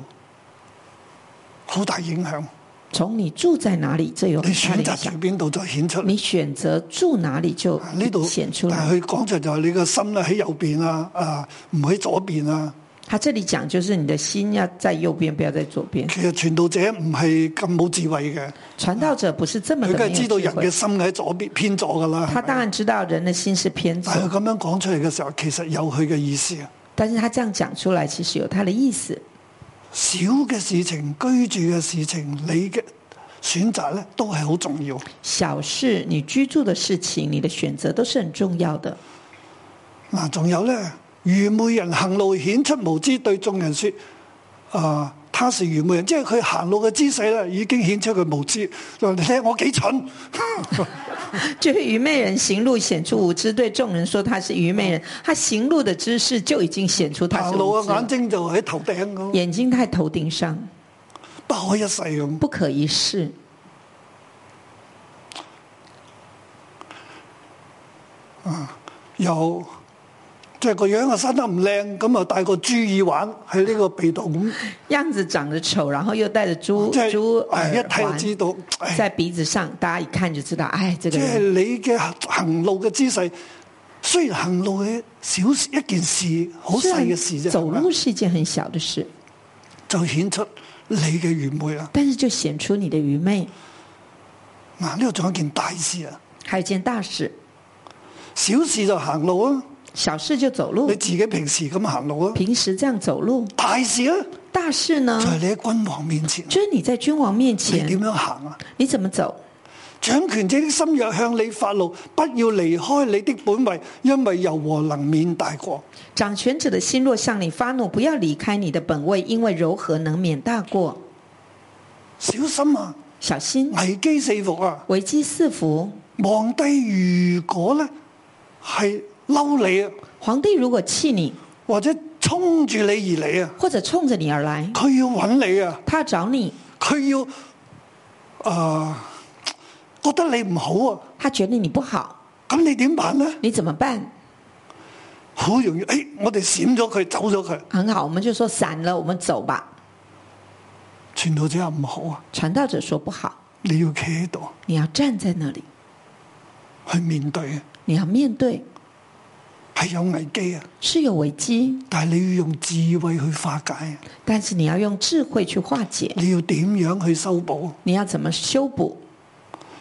Speaker 2: 好大影響。
Speaker 4: 从你住在哪里，这有
Speaker 2: 你
Speaker 4: 很大
Speaker 2: 選擇
Speaker 4: 的影
Speaker 2: 住
Speaker 4: 响。
Speaker 2: 邊度再顯出嚟
Speaker 4: 你选择住哪里就
Speaker 2: 啊呢度，
Speaker 4: 显出
Speaker 2: 但
Speaker 4: 来。
Speaker 2: 係佢講就就係你個心咧喺右邊啊，啊唔喺左邊啊。
Speaker 4: 他这里讲就是你的心要在右边，不要在左边。
Speaker 2: 其實傳道者唔係咁冇智慧嘅，
Speaker 4: 传道者不是这么
Speaker 2: 佢
Speaker 4: 的
Speaker 2: 梗
Speaker 4: 没
Speaker 2: 係知道
Speaker 4: 啊有智
Speaker 2: 人
Speaker 4: 慧
Speaker 2: 嘅，心喺左邊偏左噶啦。
Speaker 4: 他
Speaker 2: 係
Speaker 4: 当
Speaker 2: 咪
Speaker 4: 然知道人的心是偏左
Speaker 2: 但，係佢咁樣講出嚟嘅時候，其實有佢嘅意思啊。
Speaker 4: 但是他这样讲出来，其实有他的意思。
Speaker 2: 小嘅事情、居住嘅事情，你嘅選擇咧都係好重要。
Speaker 4: 小事，你居住的事情，你的选择都是很重要的。
Speaker 2: 嗱，仲有咧，愚昧人行路顯出無知，對眾人說：啊、他是愚昧人，即係佢行路嘅姿勢咧，已經顯出佢無知。嗱你睇我幾蠢，
Speaker 4: 就是愚昧人行路显出无知，对众人说他是愚
Speaker 2: 嗯
Speaker 4: 昧人，他行路的姿势就已经显出他
Speaker 2: 行
Speaker 4: 是
Speaker 2: 路
Speaker 4: 无
Speaker 2: 嘅眼
Speaker 4: 知，
Speaker 2: 睛就喺頭頂咁，
Speaker 4: 眼睛在头顶上，
Speaker 2: 不可一世咁。
Speaker 4: 不可一世。
Speaker 2: 又即係個樣又生得唔靚，咁啊戴個珠耳環喺呢個鼻度咁，
Speaker 4: 样子长得丑，然后又戴着猪
Speaker 2: 即
Speaker 4: 猪
Speaker 2: 係唉哎
Speaker 4: 耳
Speaker 2: 一睇就
Speaker 4: 环
Speaker 2: 知道，哎唉
Speaker 4: 在鼻子上，大家一看就知道，哎，这个
Speaker 2: 即係
Speaker 4: 人
Speaker 2: 你嘅行路嘅姿勢。雖然行路嘅小一件事，好啊
Speaker 4: 虽
Speaker 2: 細
Speaker 4: 然
Speaker 2: 嘅事啫，
Speaker 4: 走
Speaker 2: 係咪
Speaker 4: 路是一件很小的事，
Speaker 2: 就顯出你嘅啊愚昧啦。
Speaker 4: 但是就显出你的愚昧。
Speaker 2: 嗱，呢度仲有一件大事啊，
Speaker 4: 还有一件大事，
Speaker 2: 小事就行路啊，
Speaker 4: 小事就走
Speaker 2: 你
Speaker 4: 路，
Speaker 2: 自己平時咁行路啊。
Speaker 4: 哦平时这样走路；
Speaker 2: 大事啊，
Speaker 4: 大事
Speaker 2: 就
Speaker 4: 呢，
Speaker 2: 係你喺君王面前，啊
Speaker 4: 就是你在君王面
Speaker 2: 你點
Speaker 4: 前，
Speaker 2: 樣行啊？
Speaker 4: 你怎么走？
Speaker 2: 掌權者的心若向你發怒，不要離開你的本位，因為柔和能免大過。
Speaker 4: 掌权者的心若向你发怒，不要离开你的本位，因为柔和能免大过。
Speaker 2: 小心啊，
Speaker 4: 小心
Speaker 2: 危機四伏啊！
Speaker 4: 危机四伏。
Speaker 2: 皇帝如果咧係嬲你啊，
Speaker 4: 皇帝如果气你，
Speaker 2: 或者衝住你而嚟啊，
Speaker 4: 或者冲着你而来，
Speaker 2: 佢要揾你啊，
Speaker 4: 他要找你，
Speaker 2: 佢要啊、覺得你唔好啊，
Speaker 4: 他觉得你不好，
Speaker 2: 咁你點辦咧？
Speaker 4: 你怎么办？
Speaker 2: 好容易，诶、我哋閃咗佢，走咗佢。
Speaker 4: 很好，我们就说散了，我们走吧。
Speaker 2: 傳道者話唔好啊，
Speaker 4: 传道者说不好，
Speaker 2: 你要企喺度，
Speaker 4: 你要站在那里，
Speaker 2: 去面對嘅，
Speaker 4: 你要面对
Speaker 2: 係有危機啊！
Speaker 4: 是有危机，
Speaker 2: 但係你要用智慧去化解，啊
Speaker 4: 但是你要用智慧去化解。
Speaker 2: 你要點樣去修補，啊
Speaker 4: 你要怎么修补，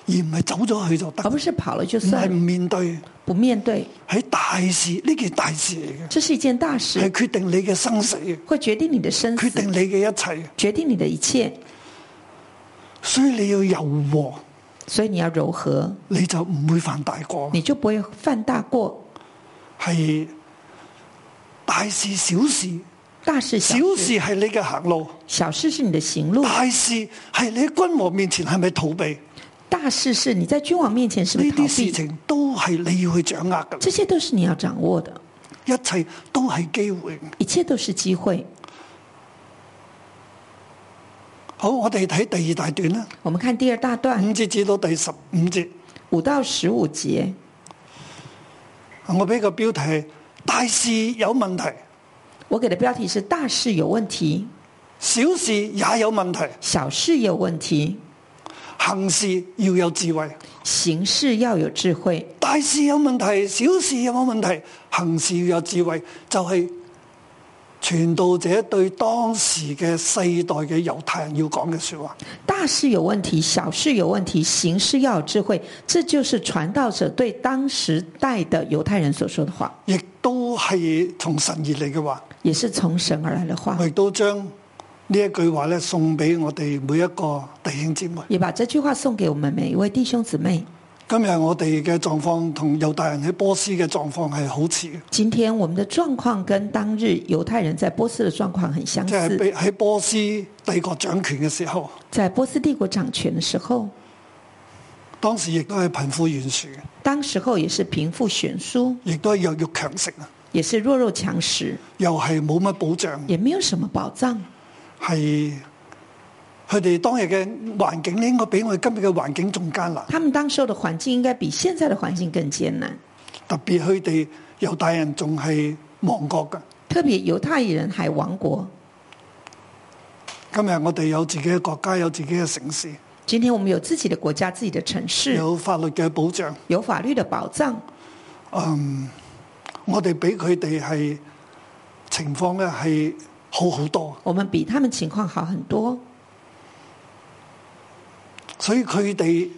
Speaker 2: 而唔係走咗去就得
Speaker 4: 而，不是跑了就
Speaker 2: 唔係
Speaker 4: 算
Speaker 2: 唔
Speaker 4: 了，
Speaker 2: 面對。
Speaker 4: 不面对，
Speaker 2: 喺大事呢件大事嚟嘅，
Speaker 4: 这是一件大事
Speaker 2: 係，決定你嘅生死嘅，
Speaker 4: 会决定你的生
Speaker 2: 決定你
Speaker 4: 死，
Speaker 2: 嘅一切。
Speaker 4: 决定你的一切。
Speaker 2: 所以你要柔和，
Speaker 4: 所以你要柔和，
Speaker 2: 你就唔會犯大過。
Speaker 4: 你就不会犯大过。
Speaker 2: 係大事小事，
Speaker 4: 大事
Speaker 2: 小
Speaker 4: 小事，
Speaker 2: 事係你嘅行路，
Speaker 4: 小事是你的行路，
Speaker 2: 大事係你喺君王面前係咪逃避？
Speaker 4: 大事是你在君王面前是不
Speaker 2: 呢
Speaker 4: 是逃
Speaker 2: 啲事
Speaker 4: 避，
Speaker 2: 情都係你要去掌握嘅，
Speaker 4: 这些都是你要掌握的，
Speaker 2: 一切都係機會。
Speaker 4: 一切都是机会。
Speaker 2: 好，我哋睇第二大段啦，
Speaker 4: 我们看第二大段
Speaker 2: 五節至到第十五節，
Speaker 4: 五到十五节，
Speaker 2: 我俾個標題係大事有問題，
Speaker 4: 我给的标题是“大事有问题，
Speaker 2: 小事也有問題，
Speaker 4: 小事有问题，
Speaker 2: 行事要有智慧。
Speaker 4: 行事要有智慧”。
Speaker 2: 大事有問題，小事有冇問題？行事要有智慧，就係傳道者對當時嘅世代嘅猶太人要講嘅说話。
Speaker 4: 大事有问题，小事有问题，行事要有智慧，这就是传道者对当时代的犹太人所说的话，
Speaker 2: 亦都係從神而嚟嘅話，
Speaker 4: 也是从神而来的话
Speaker 2: 我。亦都將呢一句話咧送俾我哋每一個弟兄姊妹。
Speaker 4: 也把这句话送给我们每一位弟兄姊妹。
Speaker 2: 今日我哋嘅狀況同猶大人喺波斯嘅狀況係好似嘅，
Speaker 4: 今天我们的状况跟当日犹太人在波斯的状况很相
Speaker 2: 即係
Speaker 4: 似。
Speaker 2: 被喺波斯帝國掌權嘅時候，
Speaker 4: 在波斯帝国掌权的时候，
Speaker 2: 當時亦都係貧富懸殊嘅，
Speaker 4: 当时候也是贫富悬殊，
Speaker 2: 亦都係弱肉強食啊，
Speaker 4: 也是弱肉强食，
Speaker 2: 又係冇乜保障。
Speaker 4: 也没有什么保障。
Speaker 2: 係佢哋當日嘅環境咧，應該比我哋今日嘅環境仲艱難。
Speaker 4: 他们当时候的环境应该比现在的环境更艰难，
Speaker 2: 特別佢哋猶大人仲係亡國嘅。
Speaker 4: 特别犹太人还亡国。
Speaker 2: 今日我哋有自己嘅國家，有自己嘅城市，
Speaker 4: 今天我们有自己的国家、自己的城市，
Speaker 2: 有法律嘅保障。
Speaker 4: 有法律的保障，
Speaker 2: 我哋比佢哋係情況咧係好好多，
Speaker 4: 我们比他们情况好很多，
Speaker 2: 所以佢哋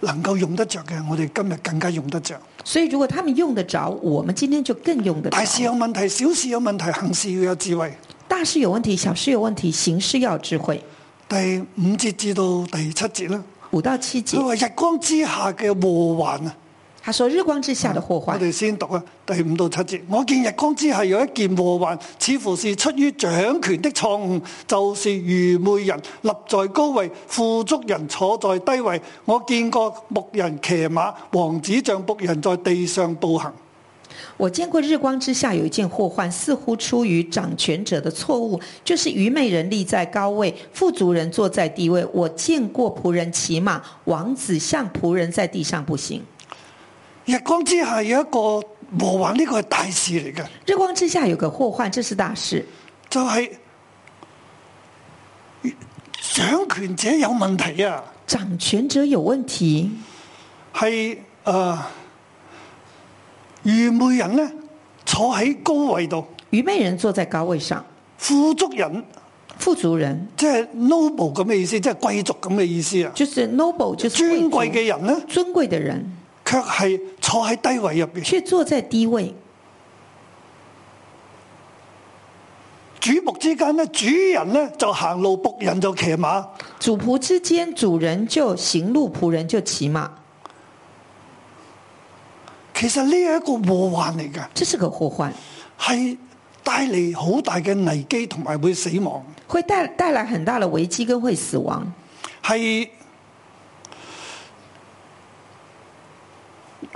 Speaker 2: 能夠用得着嘅，我哋今日更加用得着。
Speaker 4: 所以如果他们用得着，我们今天就更用得着。
Speaker 2: 大事有問題，小事有問題，行事要有智慧。
Speaker 4: 大事有问题，小事有问题，行事要有智慧。
Speaker 2: 第五節至到第七節啦，
Speaker 4: 五到七节
Speaker 2: 佢，話日光之下嘅禍患啊！
Speaker 4: 他说：“日光之下的祸
Speaker 2: 我
Speaker 4: 患。
Speaker 2: 哋先讀啊，第五到七節。我見日光之下有一件禍患，似乎是出於掌權的錯誤，就是愚昧人立在高位，富足人坐在低位。我見過牧人騎馬，王子像仆人在地上步行。
Speaker 4: 我见过日光之下有一件祸患，似乎出于掌权者的错误，就是愚昧人立在高位，富足人坐在低位。我见过仆人骑马，王子像仆人在地上步行。
Speaker 2: 日光之下有一個禍患，呢、個係大事嚟嘅，
Speaker 4: 日光之下有个祸患，这是大事。
Speaker 2: 就係掌權者有問題啊！
Speaker 4: 掌权者有问题，
Speaker 2: 係誒、呃愚昧人呢，坐喺高位度。
Speaker 4: 愚昧人坐在高位上，
Speaker 2: 富足人
Speaker 4: 富足人
Speaker 2: 即係 noble 咁嘅意思，即係貴族咁嘅意思啊。
Speaker 4: 就是 noble，就是贵
Speaker 2: 尊
Speaker 4: 族
Speaker 2: 貴嘅人呢，
Speaker 4: 尊贵的人，
Speaker 2: 卻係坐喺低位入邊。
Speaker 4: 却坐在低位。
Speaker 2: 主仆之間呢，主人呢就行路，仆人就騎馬。
Speaker 4: 主仆之间，主人就行路，仆人就骑马，
Speaker 2: 其實呢係一個禍患嚟嘅，
Speaker 4: 这是个祸患，
Speaker 2: 係帶嚟好大嘅危機同埋會死亡，
Speaker 4: 会带带来很大的危机跟会死亡。
Speaker 2: 係。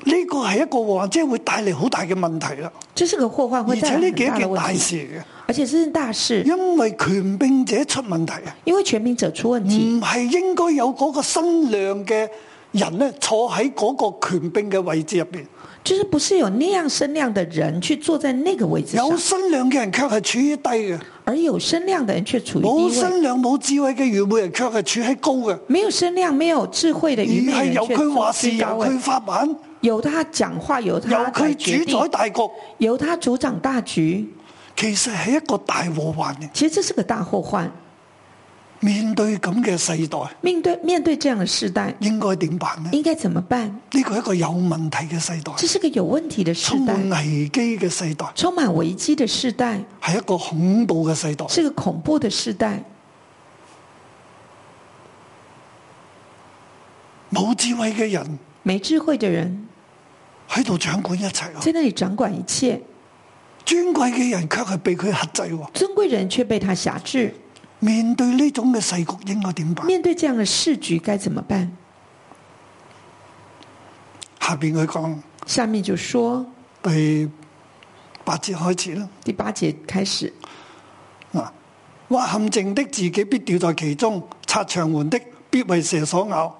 Speaker 2: 呢個係一個禍患，即係會帶嚟好大嘅問題啦。
Speaker 4: 这是个祸患，
Speaker 2: 而
Speaker 4: 会
Speaker 2: 且
Speaker 4: 带
Speaker 2: 呢
Speaker 4: 来
Speaker 2: 幾
Speaker 4: 很
Speaker 2: 件
Speaker 4: 大的
Speaker 2: 大
Speaker 4: 问题，
Speaker 2: 事嚟嘅，
Speaker 4: 而且这是大事，
Speaker 2: 因為權柄者出問題啊。
Speaker 4: 因为权柄者出问题，
Speaker 2: 唔係應該有嗰個身量嘅人咧坐喺嗰個權柄嘅位置入邊，
Speaker 4: 就是不是有那样身量的人去坐在那个位置上
Speaker 2: 有，身量嘅人卻係處於低嘅，
Speaker 4: 而有身量的人却处于
Speaker 2: 冇
Speaker 4: 低位。
Speaker 2: 身量冇智慧嘅愚昧人卻係處喺高嘅，
Speaker 4: 没有身量、没有智慧的
Speaker 2: 而
Speaker 4: 愚昧
Speaker 2: 係
Speaker 4: 人
Speaker 2: 由
Speaker 4: 却
Speaker 2: 佢話
Speaker 4: 坐
Speaker 2: 事，
Speaker 4: 居
Speaker 2: 由
Speaker 4: 高位
Speaker 2: 佢。發版，
Speaker 4: 由他讲话，由
Speaker 2: 由
Speaker 4: 他
Speaker 2: 佢
Speaker 4: 来决
Speaker 2: 主
Speaker 4: 定
Speaker 2: 宰，大局，
Speaker 4: 由他主掌大局。
Speaker 2: 其實係一個大禍患嘅。
Speaker 4: 其实这是个大祸患。
Speaker 2: 面對咁嘅世代，
Speaker 4: 面对面对这样的世代，
Speaker 2: 應該點辦呢？
Speaker 4: 应该怎么办？
Speaker 2: 呢個係一個有問題嘅世代，
Speaker 4: 这嗯是个有问题的世
Speaker 2: 充
Speaker 4: 代
Speaker 2: 滿，啊危機嘅世代，
Speaker 4: 充满危机的世代，
Speaker 2: 係一個恐怖嘅世代。
Speaker 4: 是个恐怖的世代。
Speaker 2: 冇智慧嘅人
Speaker 4: 没智慧的人
Speaker 2: 喺度掌管一切喎，
Speaker 4: 在那里掌管一切，
Speaker 2: 尊貴嘅人卻係被佢克制喎。
Speaker 4: 尊贵人却被他辖制。
Speaker 2: 面對呢種嘅世局，應該點辦？
Speaker 4: 面对这样的世局，该怎么办？
Speaker 2: 下邊佢講
Speaker 4: 下面就说
Speaker 2: 第八節開始啦。
Speaker 4: 第八节开始，
Speaker 2: 嗱，挖陷阱的自己必掉在其中，拆牆垣的必為蛇所咬。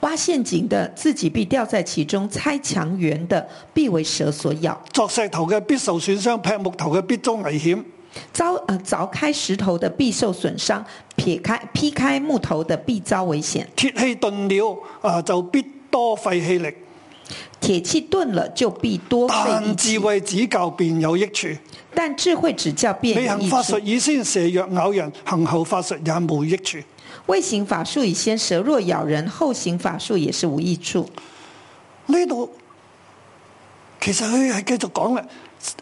Speaker 4: 挖陷阱的自己必掉在其中，拆墙垣的必为蛇所咬。
Speaker 2: 作石頭嘅必受損傷，劈木頭嘅必遭危險。
Speaker 4: 凿呃凿开石头的必受损伤，撇开劈开木头的必遭危险。
Speaker 2: 鐵器钝了啊，就必多費氣力。
Speaker 4: 铁器钝了就必多费力
Speaker 2: 但
Speaker 4: 气
Speaker 2: 智，慧指教便有益處。
Speaker 4: 但智慧指教便
Speaker 2: 你
Speaker 4: 有
Speaker 2: 行
Speaker 4: 益
Speaker 2: 法術
Speaker 4: 处。
Speaker 2: 以先，蛇若咬人；行後法術也無益處。
Speaker 4: 未行法术以先，蛇若咬人，后行法术也是无益处。
Speaker 2: 呢度其實佢係繼續講嘅，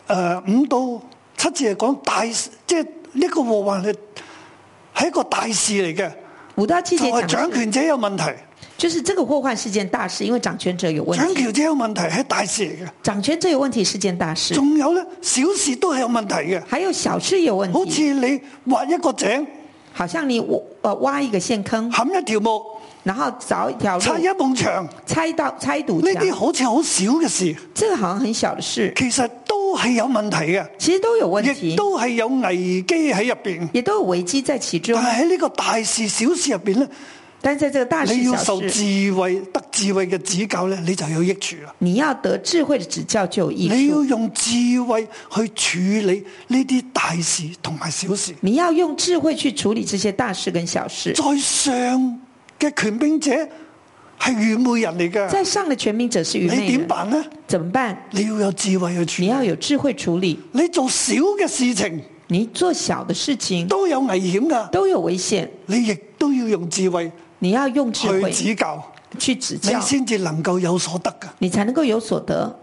Speaker 2: 诶、五到七字係講大，即係呢個禍患係係一個大事嚟嘅，
Speaker 4: 五到七
Speaker 2: 就
Speaker 4: 节
Speaker 2: 係
Speaker 4: 讲
Speaker 2: 掌
Speaker 4: 的是，
Speaker 2: 權者有問題，
Speaker 4: 就是这个祸患是件大事，因为掌权者有问
Speaker 2: 掌
Speaker 4: 题，
Speaker 2: 權者有問題係大事嚟嘅。
Speaker 4: 掌权者有问题是件大事，
Speaker 2: 仲有咧，小事都係有問題嘅，
Speaker 4: 还有小事也有问
Speaker 2: 好
Speaker 4: 题，
Speaker 2: 似你挖一個井，
Speaker 4: 好像你挖呃挖一个陷坑，
Speaker 2: 冚一條木，
Speaker 4: 然后凿一条
Speaker 2: 拆一
Speaker 4: 路，
Speaker 2: 埲牆，呢
Speaker 4: 拆到拆堵墙，
Speaker 2: 啲好似好少嘅事，
Speaker 4: 这个好像很小的事，
Speaker 2: 其實都係有問題嘅。
Speaker 4: 其实都有问
Speaker 2: 亦
Speaker 4: 题，
Speaker 2: 都係有危機喺入边，
Speaker 4: 也都有危机在其中
Speaker 2: 但。係喺呢個大事小事入边咧，
Speaker 4: 但是在这个大事
Speaker 2: 你要
Speaker 4: 小
Speaker 2: 受
Speaker 4: 事，
Speaker 2: 智慧得智慧嘅指教咧，你就有益處啦。
Speaker 4: 你要得智慧的指教就有益
Speaker 2: 你要
Speaker 4: 处。
Speaker 2: 用智慧去處理呢啲大事同埋小事。
Speaker 4: 你要用智慧去处理这些大事跟小事。
Speaker 2: 在上嘅權柄者係愚昧人嚟嘅，
Speaker 4: 在上的全民者是
Speaker 2: 你
Speaker 4: 愚昧
Speaker 2: 點
Speaker 4: 人，
Speaker 2: 辦呢？
Speaker 4: 怎么办？
Speaker 2: 你要有智慧去
Speaker 4: 你
Speaker 2: 處
Speaker 4: 要
Speaker 2: 理。
Speaker 4: 有智慧处理。
Speaker 2: 你做小嘅事情
Speaker 4: 你做小的事情
Speaker 2: 都有危險噶，
Speaker 4: 都有危险，
Speaker 2: 你亦都要用智慧
Speaker 4: 你要用智
Speaker 2: 去
Speaker 4: 慧
Speaker 2: 指教，
Speaker 4: 去指
Speaker 2: 你
Speaker 4: 教，
Speaker 2: 先至能夠有所得噶。
Speaker 4: 你才能够有所得。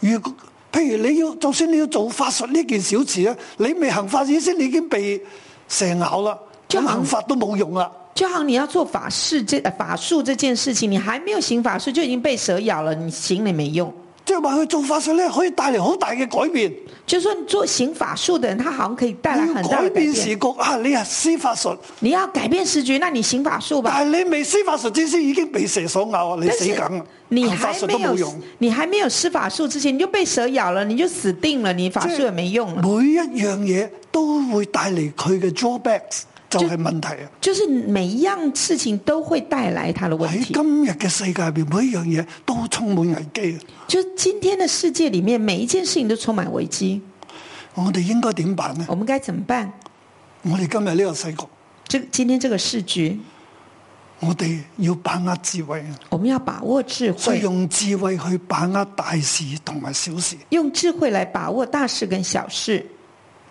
Speaker 2: 如果譬如你要，就算你要做法術呢件小事咧，啊你未行法事先，你已經被蛇咬啦，
Speaker 4: 即係
Speaker 2: 咁
Speaker 4: 行
Speaker 2: 行法都冇用啦。
Speaker 4: 就好，你要做法事这呃法术这件事情，你还没有行法术就已经被蛇咬了，你行了没用。
Speaker 2: 即係話佢做法術咧，可以帶嚟好大嘅改變。
Speaker 4: 就是说，你做行法术的人，他好像可以带来
Speaker 2: 你
Speaker 4: 很
Speaker 2: 要
Speaker 4: 大
Speaker 2: 改
Speaker 4: 的改
Speaker 2: 變
Speaker 4: 变。
Speaker 2: 時局啊！你係施法術，
Speaker 4: 你要改变时局，那你行法术吧。
Speaker 2: 但係你未施法術之先已經被蛇所咬啊啊！你
Speaker 4: 但
Speaker 2: 死
Speaker 4: 是
Speaker 2: 梗啊，
Speaker 4: 你
Speaker 2: 行法
Speaker 4: 还
Speaker 2: 術
Speaker 4: 没
Speaker 2: 都冇
Speaker 4: 有
Speaker 2: 用。，
Speaker 4: 你还没有施法术之前，你就被蛇咬了，你就死定了，你法术也没用了。
Speaker 2: 每一樣嘢都會帶嚟佢嘅 drawbacks，就係問題啊！
Speaker 4: 就是每一样事情都会带来它的问
Speaker 2: 喺
Speaker 4: 题。
Speaker 2: 今日嘅世界入邊，每一樣嘢都充滿危機啊！
Speaker 4: 就是今天的世界里面，每一件事情都充满危机，
Speaker 2: 我哋應該點辦呢？
Speaker 4: 我们该怎么办？
Speaker 2: 我哋今日呢個世局。
Speaker 4: 这今天这个世局，
Speaker 2: 我哋要把握智慧，啊
Speaker 4: 我们要把握智
Speaker 2: 所以
Speaker 4: 慧，
Speaker 2: 用智慧去把握大事同埋小事。
Speaker 4: 用智慧来把握大事跟小事。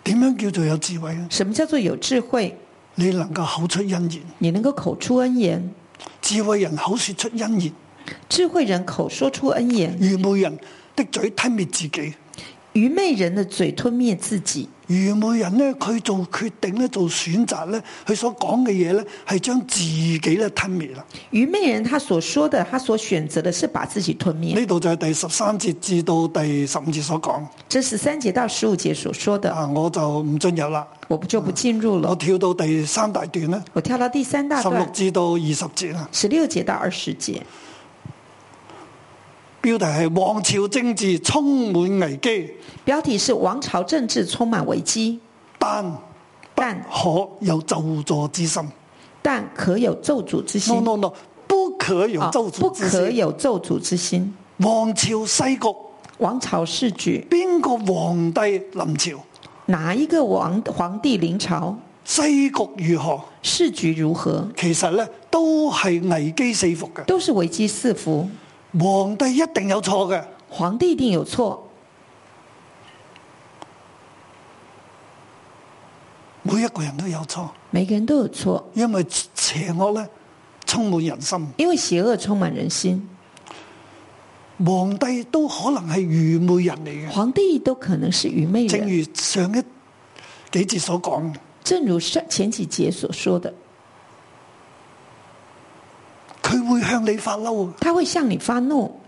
Speaker 2: 點樣叫做有智慧咧？
Speaker 4: 什么叫做有智慧？
Speaker 2: 你能夠口出恩言，
Speaker 4: 你能够口出恩言，
Speaker 2: 智慧人口说出恩言，
Speaker 4: 智慧人口说出恩言，
Speaker 2: 愚昧人的嘴吞滅自己。
Speaker 4: 愚昧人的嘴吞灭自己。
Speaker 2: 愚昧人咧，佢做決定咧，做選擇咧，佢所講嘅嘢咧，係將自己咧吞滅啦。
Speaker 4: 愚昧人他所说的，他所选择的是把自己吞灭。
Speaker 2: 呢度就係第十三節至到第十五節所講
Speaker 4: 这十三节到十五节所说的，
Speaker 2: 啊，我就唔進入啦。
Speaker 4: 我不就不进入
Speaker 2: 我
Speaker 4: 了。
Speaker 2: 跳到第三大段咧，
Speaker 4: 我跳到第三大
Speaker 2: 十六
Speaker 4: 段，
Speaker 2: 至到二十節啦。
Speaker 4: 十六节到二十节，
Speaker 2: 標題係王朝政治充滿危機，
Speaker 4: 标题是“王朝政治充满危机，
Speaker 2: 但
Speaker 4: 但
Speaker 2: 可有咒助之心。
Speaker 4: 但可有咒诅之心
Speaker 2: No no no，不可可有
Speaker 4: 啊
Speaker 2: 周
Speaker 4: 不
Speaker 2: 主之
Speaker 4: 可
Speaker 2: 心。
Speaker 4: 有咒诅之心。
Speaker 2: 王朝西局，
Speaker 4: 王朝世举，
Speaker 2: 邊個皇帝臨朝？
Speaker 4: 哪一个王皇帝临朝，
Speaker 2: 西局如何？
Speaker 4: 世局如何，
Speaker 2: 其實咧都係危機四伏嘅。
Speaker 4: 都是危机四伏。
Speaker 2: 皇帝一定有錯嘅，
Speaker 4: 皇帝一定有错，
Speaker 2: 每一個人都有錯，
Speaker 4: 每个人都有错，
Speaker 2: 因為邪惡咧充滿人心，
Speaker 4: 因为邪恶充满人心，
Speaker 2: 皇帝都可能係愚昧人嚟嘅。
Speaker 4: 皇帝都可能是愚昧
Speaker 2: 正
Speaker 4: 人。
Speaker 2: 如上一幾節所講，
Speaker 4: 正如上前几节所说的，
Speaker 2: 佢會向你發嬲嘅，
Speaker 4: 他会向你发怒，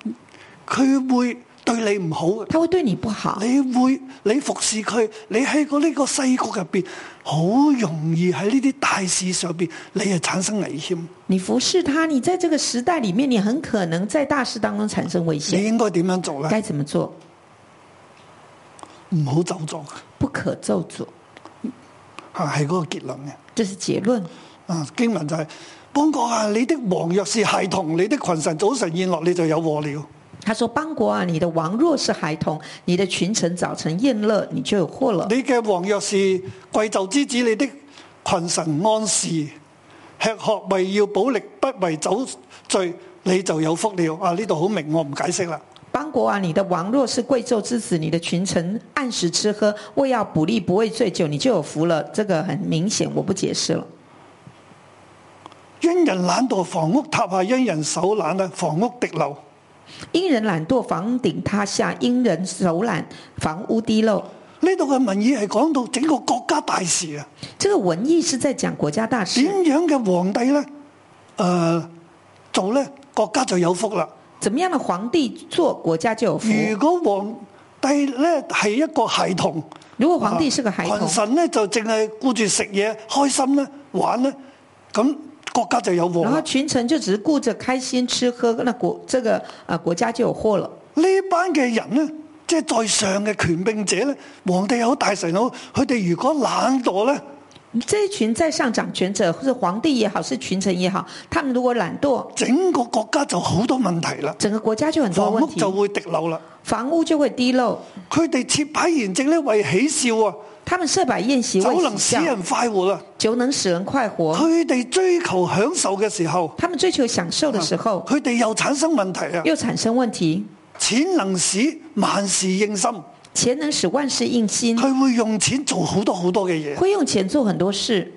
Speaker 2: 佢會對你唔好嘅。
Speaker 4: 他会对你不好。
Speaker 2: 你會你服侍佢，你喺個呢個世局入邊，好容易喺呢啲大事上邊，你係產生危險。
Speaker 4: 你服侍他，你在这个时代里面，你很可能在大事当中产生危
Speaker 2: 你
Speaker 4: 险。
Speaker 2: 應該點樣做咧？
Speaker 4: 该怎么做？
Speaker 2: 唔好走咗，
Speaker 4: 不可咒诅，
Speaker 2: 嚇係嗰個結論嘅。
Speaker 4: 这是结论。
Speaker 2: 啊，經文就係、邦國啊，你的王若是孩童，你的群臣早晨宴樂，你就有禍了。
Speaker 4: 他说：“邦国啊，你的王若是孩童，你的群臣早晨宴乐，你就有祸了。
Speaker 2: 你嘅王若是貴胄之子，你的群臣安時吃喝，為要保力，不為酒醉，你就有福了。啊，呢度好明，我唔解釋啦。
Speaker 4: 邦国啊，你的王若是贵胄之子，你的群臣按时吃喝，为要补力，不为醉酒，你就有福了。这个很明显，我不解释了。
Speaker 2: 因人懶惰，房屋塌下；因人手懶咧，房屋滴漏。
Speaker 4: 因人懒惰，房顶塌下；因人手懒，房屋滴漏。
Speaker 2: 呢度嘅文意係講到整個國家大事啊，
Speaker 4: 这个文艺是在講國家
Speaker 2: 點
Speaker 4: 大事，
Speaker 2: 樣嘅皇帝呢？诶、做呢，國家就有福啦。
Speaker 4: 怎么樣的皇帝做，國家就有福。
Speaker 2: 如果皇帝呢係一個孩童，
Speaker 4: 如果皇帝是個孩
Speaker 2: 啊群
Speaker 4: 童，
Speaker 2: 臣呢就淨係顧住食嘢、開心呢、玩呢，咁國家就有禍
Speaker 4: 然後
Speaker 2: 啦。
Speaker 4: 群臣就只是顧着開心吃喝，那國这个呃国家就有祸了。
Speaker 2: 呢班嘅人呢，即係在上嘅權柄者呢，皇帝又好、大臣又好，佢哋如果懶惰呢，
Speaker 4: 这一群在上掌權者，或是皇帝也好，是群臣也好，他们如果懶惰，
Speaker 2: 整個國家就好多問題啦。
Speaker 4: 整個國家就很多
Speaker 2: 房屋
Speaker 4: 問
Speaker 2: 就
Speaker 4: 題，
Speaker 2: 會滴漏啦。
Speaker 4: 房屋就會滴漏。
Speaker 2: 佢哋設擺筵席咧為喜笑啊，
Speaker 4: 他們設擺宴席
Speaker 2: 酒
Speaker 4: 為哦
Speaker 2: 能使
Speaker 4: 喜笑，
Speaker 2: 人快活啊。
Speaker 4: 酒能使人快活。
Speaker 2: 佢哋追求享受嘅時候，
Speaker 4: 他們追求享受的時候，
Speaker 2: 佢哋又產生問題啊。
Speaker 4: 又產生問題。
Speaker 2: 錢能使萬事應心，
Speaker 4: 錢能使萬事應心，
Speaker 2: 佢會用錢做好多好多嘅嘢，
Speaker 4: 會用錢做很多事，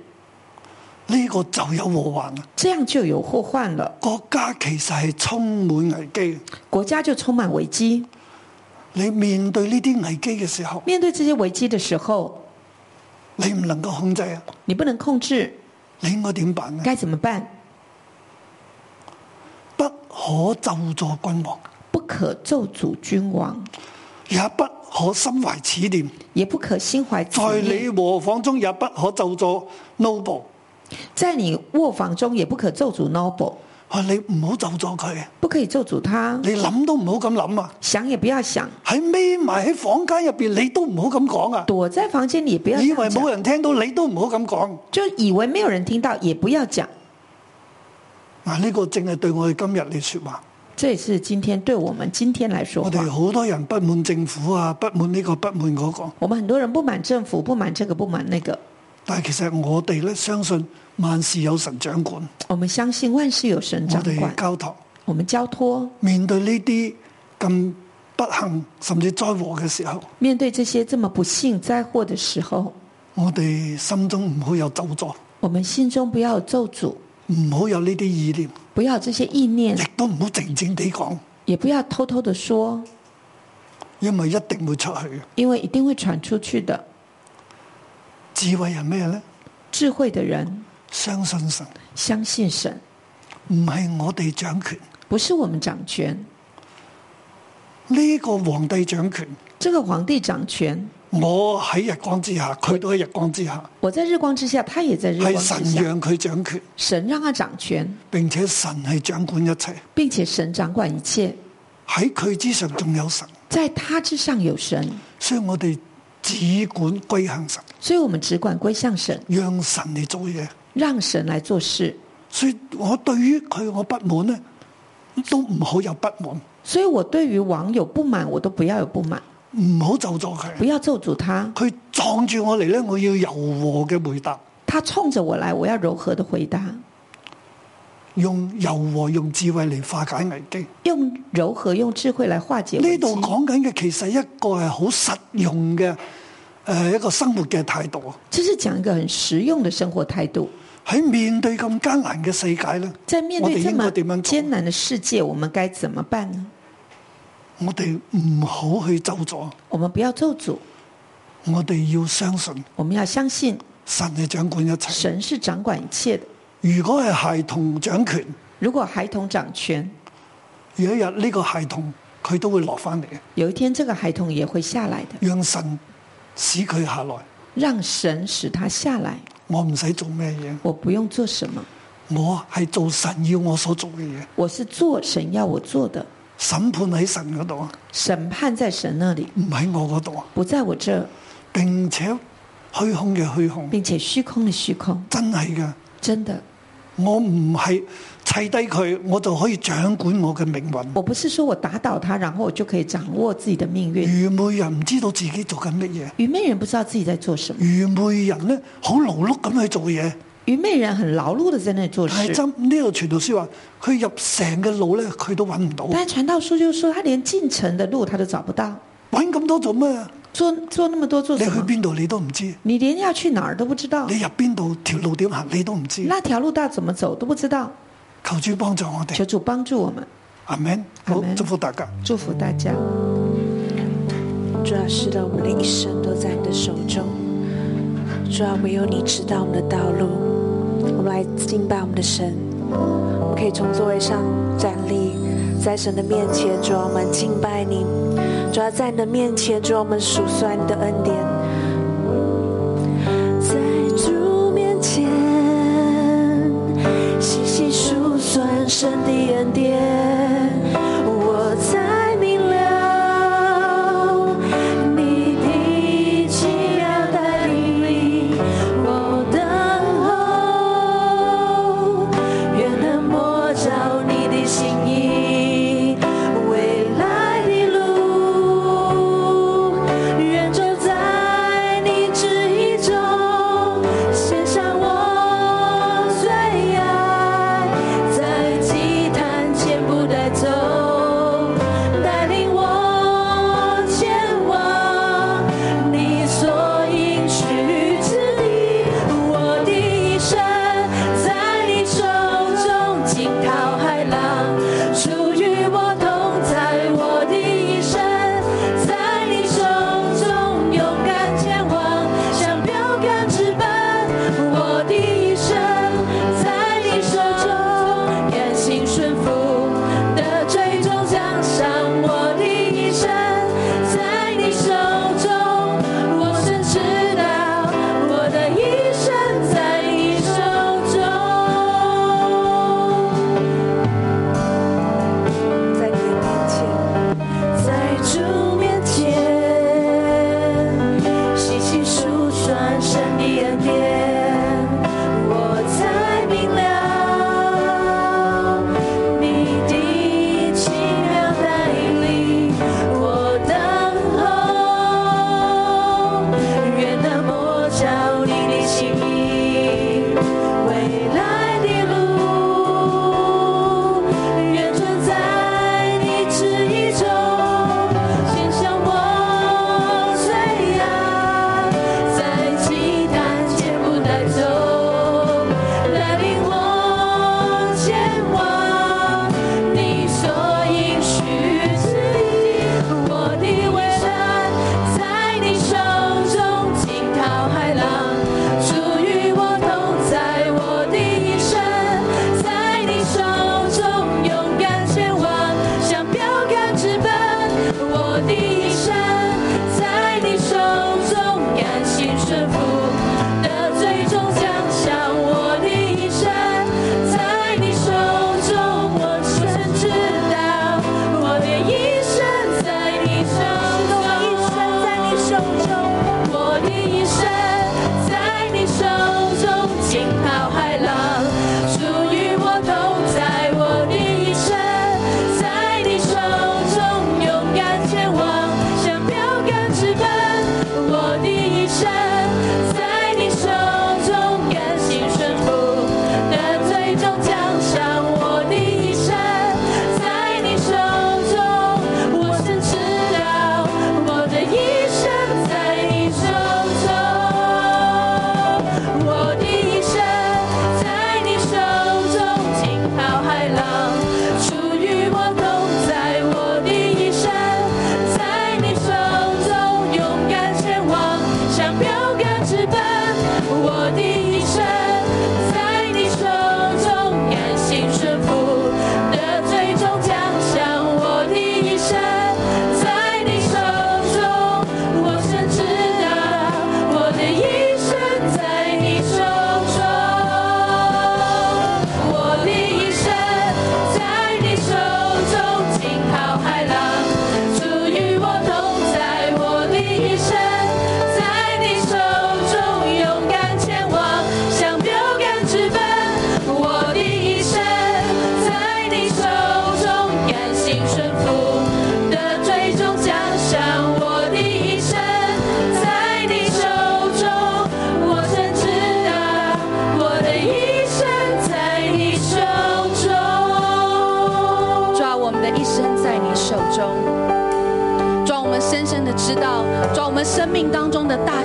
Speaker 2: 呢、個就有禍患啦。
Speaker 4: 這樣就有禍患了。
Speaker 2: 國家其實係充滿危機，
Speaker 4: 國家就充滿危機。
Speaker 2: 你面對呢啲危機嘅時候，
Speaker 4: 面對這些危機的時候，
Speaker 2: 你唔能夠控制啊，
Speaker 4: 你不能控制，
Speaker 2: 你應該點辦呢？
Speaker 4: 該怎麼辦？
Speaker 2: 不可咒詛君王，
Speaker 4: 不可咒詛君王，
Speaker 2: 也不可心懷此念。
Speaker 4: 也不可心懷此
Speaker 2: 在
Speaker 4: 念
Speaker 2: 你和房中也不可就坐 noble，
Speaker 4: 在你卧房中也不可咒诅 noble，
Speaker 2: 啊你唔好就坐佢，
Speaker 4: 不可以咒诅他，
Speaker 2: 你諗都唔好咁諗啊！
Speaker 4: 想也不要想，
Speaker 2: 喺匿埋喺房間入边，你都唔好咁講啊！
Speaker 4: 躲在房間里也不要
Speaker 2: 以為
Speaker 4: 這樣
Speaker 2: 冇
Speaker 4: 講，
Speaker 2: 人聽到，你都唔好咁講。
Speaker 4: 就以为没有人聽到，也不要講。
Speaker 2: 嗱，呢個正係對我哋今日嘅说話。
Speaker 4: 这也是今天對我們今天來說
Speaker 2: 我哋
Speaker 4: 話。
Speaker 2: 好多人不滿政府啊，不滿呢、個，不滿嗰、個。
Speaker 4: 我們很多人不滿政府，不滿這個，不滿那個。
Speaker 2: 但係其實我哋咧相信萬事有神掌管，
Speaker 4: 我們相信萬事有神
Speaker 2: 我
Speaker 4: 掌
Speaker 2: 哋
Speaker 4: 管，
Speaker 2: 交託
Speaker 4: 我們交托
Speaker 2: 面對呢啲咁不幸甚至災禍嘅時候，
Speaker 4: 面對這些這麼不幸災禍的時候，
Speaker 2: 我哋心中唔好有咒詛，
Speaker 4: 我們心中不要有咒詛，
Speaker 2: 唔好有呢啲意念。
Speaker 4: 不要有這些意念
Speaker 2: 亦，都唔好靜靜地講，
Speaker 4: 也不要偷偷的說，
Speaker 2: 因為一定會出去嘅。
Speaker 4: 因為一定會傳出去的。
Speaker 2: 智慧係咩呢？
Speaker 4: 智慧的人
Speaker 2: 相信神，
Speaker 4: 相信神，
Speaker 2: 唔係我哋掌權，
Speaker 4: 不是我們掌權，
Speaker 2: 呢、個皇帝掌權。
Speaker 4: 这个皇帝掌權，
Speaker 2: 我喺日光之下，佢都喺日光之下，
Speaker 4: 我在日光之下，他也在日光
Speaker 2: 係
Speaker 4: 之
Speaker 2: 神
Speaker 4: 下。
Speaker 2: 讓佢掌權，
Speaker 4: 神讓他掌權，
Speaker 2: 並且神係掌管一切。
Speaker 4: 並且神掌管一切，
Speaker 2: 喺佢之上仲有神，
Speaker 4: 在他之上有神，
Speaker 2: 所以我哋只管歸向神，
Speaker 4: 所以我們只管歸向神，
Speaker 2: 讓神嚟做嘢。
Speaker 4: 讓神來做事。
Speaker 2: 所以我對於佢我不滿呢，都唔好有不滿，
Speaker 4: 所以我对于王有不满，我都不要有不满，
Speaker 2: 唔好就咗佢。
Speaker 4: 不要咒诅他。
Speaker 2: 佢撞住我嚟咧，我要柔和嘅回答，
Speaker 4: 他冲着我来，我要柔和的回答，
Speaker 2: 用柔和、用智慧嚟化解危機。
Speaker 4: 用柔和、用智慧来化解危
Speaker 2: 呢
Speaker 4: 机
Speaker 2: 度。講緊嘅其實一個係好實用嘅，誒、一個生活嘅態度啊。
Speaker 4: 这是讲一个很实用的生活态度。
Speaker 2: 喺面對咁艱難嘅世界咧，
Speaker 4: 在面
Speaker 2: 我
Speaker 4: 对
Speaker 2: 哋
Speaker 4: 这
Speaker 2: 應該
Speaker 4: 么
Speaker 2: 點樣做
Speaker 4: 艰？难的世界，我们该怎么办呢？
Speaker 2: 我哋唔好去咒咗，
Speaker 4: 我们不要咒诅，
Speaker 2: 我哋要相信
Speaker 4: 我们要相信
Speaker 2: 神係掌管一切。
Speaker 4: 神是掌管一切的。
Speaker 2: 如果係孩童掌權，
Speaker 4: 如果孩童掌权，
Speaker 2: 有一日呢個孩童佢都會落翻嚟嘅，
Speaker 4: 有一天这个孩童也会下来的，
Speaker 2: 讓神使佢下來。
Speaker 4: 让神使他下来。
Speaker 2: 我唔使做咩嘢，
Speaker 4: 我不用做什么，
Speaker 2: 我係做神要我所做嘅嘢。
Speaker 4: 我是做神要我做的。
Speaker 2: 審判喺神嗰度啊，
Speaker 4: 审判在神那里，
Speaker 2: 唔喺我嗰度啊。
Speaker 4: 不在我这儿，
Speaker 2: 並且虛空嘅虛空，
Speaker 4: 并且虚空的虚空，
Speaker 2: 真係嘅。
Speaker 4: 真的，
Speaker 2: 我唔係砌低佢，我就可以掌管我嘅命運。
Speaker 4: 我不是说我打倒他，然后我就可以掌握自己的命运。
Speaker 2: 愚昧人唔知道自己做緊乜嘢，
Speaker 4: 愚昧人不知道自己在做什么，
Speaker 2: 愚昧人呢好勞碌咁去做嘢，
Speaker 4: 愚昧人很劳碌的在那里做
Speaker 2: 但係
Speaker 4: 事，
Speaker 2: 真呢度傳道書話，佢入成嘅路呢，佢都揾唔到，
Speaker 4: 但传道书就说他连进城的路他都找不到，
Speaker 2: 揾咁多做咩啊？
Speaker 4: 做做那么多做
Speaker 2: 你
Speaker 4: 什
Speaker 2: 去
Speaker 4: 么？
Speaker 2: 邊度你都唔知，
Speaker 4: 你连要去哪儿都不知道，
Speaker 2: 你入邊度條路點行你都唔知。
Speaker 4: 那条路道怎么走都不知道。
Speaker 2: 求主幫助我哋
Speaker 4: 求，主帮助我们，
Speaker 2: 阿 Man，
Speaker 4: 阿
Speaker 2: 好
Speaker 4: 們
Speaker 2: 祝福大家。
Speaker 4: 祝福大家。
Speaker 5: 主啊，是的，我们的一生都在你的手中。主啊，唯有你知道我们的道路。我们来敬拜我们的神，我们可以从座位上站立，在神的面前，主啊，我们敬拜你。主啊，在你的面前，主啊，我们数算你的恩典。在主面前，细细数算神的恩典，我才明了你的奇妙带领。我等候，愿能摸着你的心意，未来的路，愿走在你旨意中，献上我最爱，在祭坛前不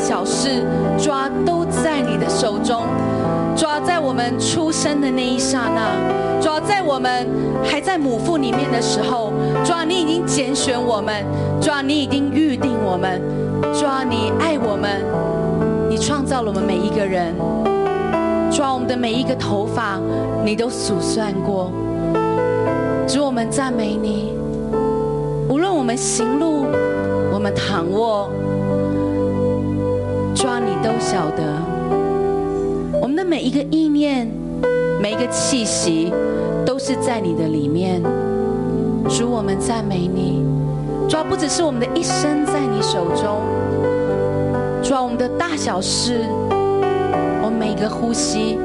Speaker 6: 小事，抓都在你的手中。抓在我们出生的那一刹那，抓在我们还在母腹里面的时候，抓你已经拣选我们，抓你已经预定我们，抓你爱我们，你创造了我们每一个人，抓我们的每一个头发，你都数算过。主，我们赞美你。无论我们行路，我们躺卧，抓你都晓得。我们的每一个意念，每一个气息，都是在你的里面。主，我们赞美你。抓不只是我们的一生在你手中，啊抓我们的大小事，我们每一个呼吸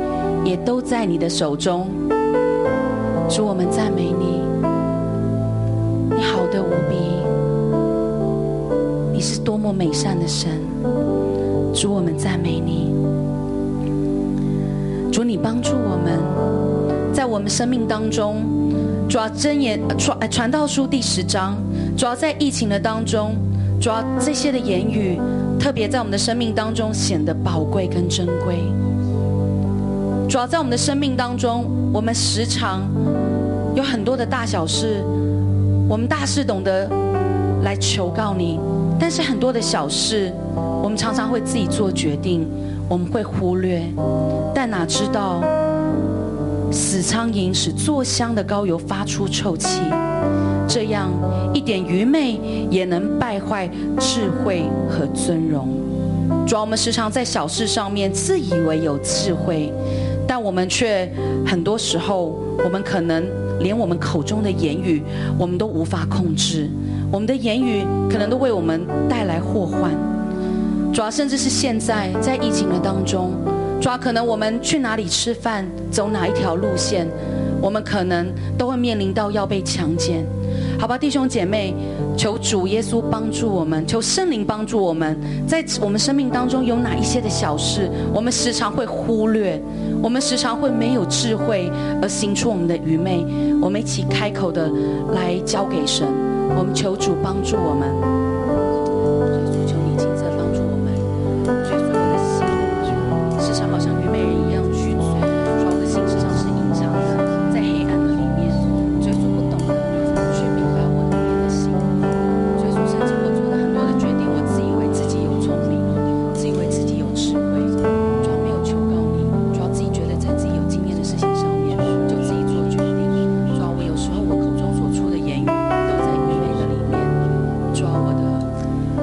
Speaker 6: 也都在你的手中。主，我们赞美你。你好的无比，你是多么美善的神，主我们赞美你，主你帮助我们，在我们生命当中，主要箴言呃传呃传道书第十章，主要在疫情的当中，主要这些的言语，特别在我们的生命当中显得宝贵跟珍贵，主要在我们的生命当中，我们时常有很多的大小事。我们大事懂得来求告你，但是很多的小事，我们常常会自己做决定，我们会忽略。但哪知道，死苍蝇使坐香的膏油发出臭气，这样一点愚昧也能败坏智慧和尊荣。主要啊我们时常在小事上面自以为有智慧，但我们却很多时候，我们可能连我们口中的言语，我们都无法控制。我们的言语可能都为我们带来祸患。主要甚至是现在在疫情的当中，主要可能我们去哪里吃饭，走哪一条路线，我们可能都会面临到要被强奸。好吧，弟兄姐妹，求主耶稣帮助我们，求圣灵帮助我们，在我们生命当中有哪一些的小事，我们时常会忽略，我们时常会没有智慧而行出我们的愚昧。我们一起开口的来交给神，我们求主帮助我们。主求你亲自帮助我们，追随我的心，时常好像愚昧人一样去追，主我的心时常是隐藏的，在黑暗的里面，追逐不懂的，去明白我里面的心，追逐甚至我做的很多的决定，我自以为自己有聪明，自以为自己有智慧，主要没有求告你，主要自己觉得在自己有经验的事情上面就自己做决定，主要我有时候我口中所出的言语都在愚昧的里面，主要我的。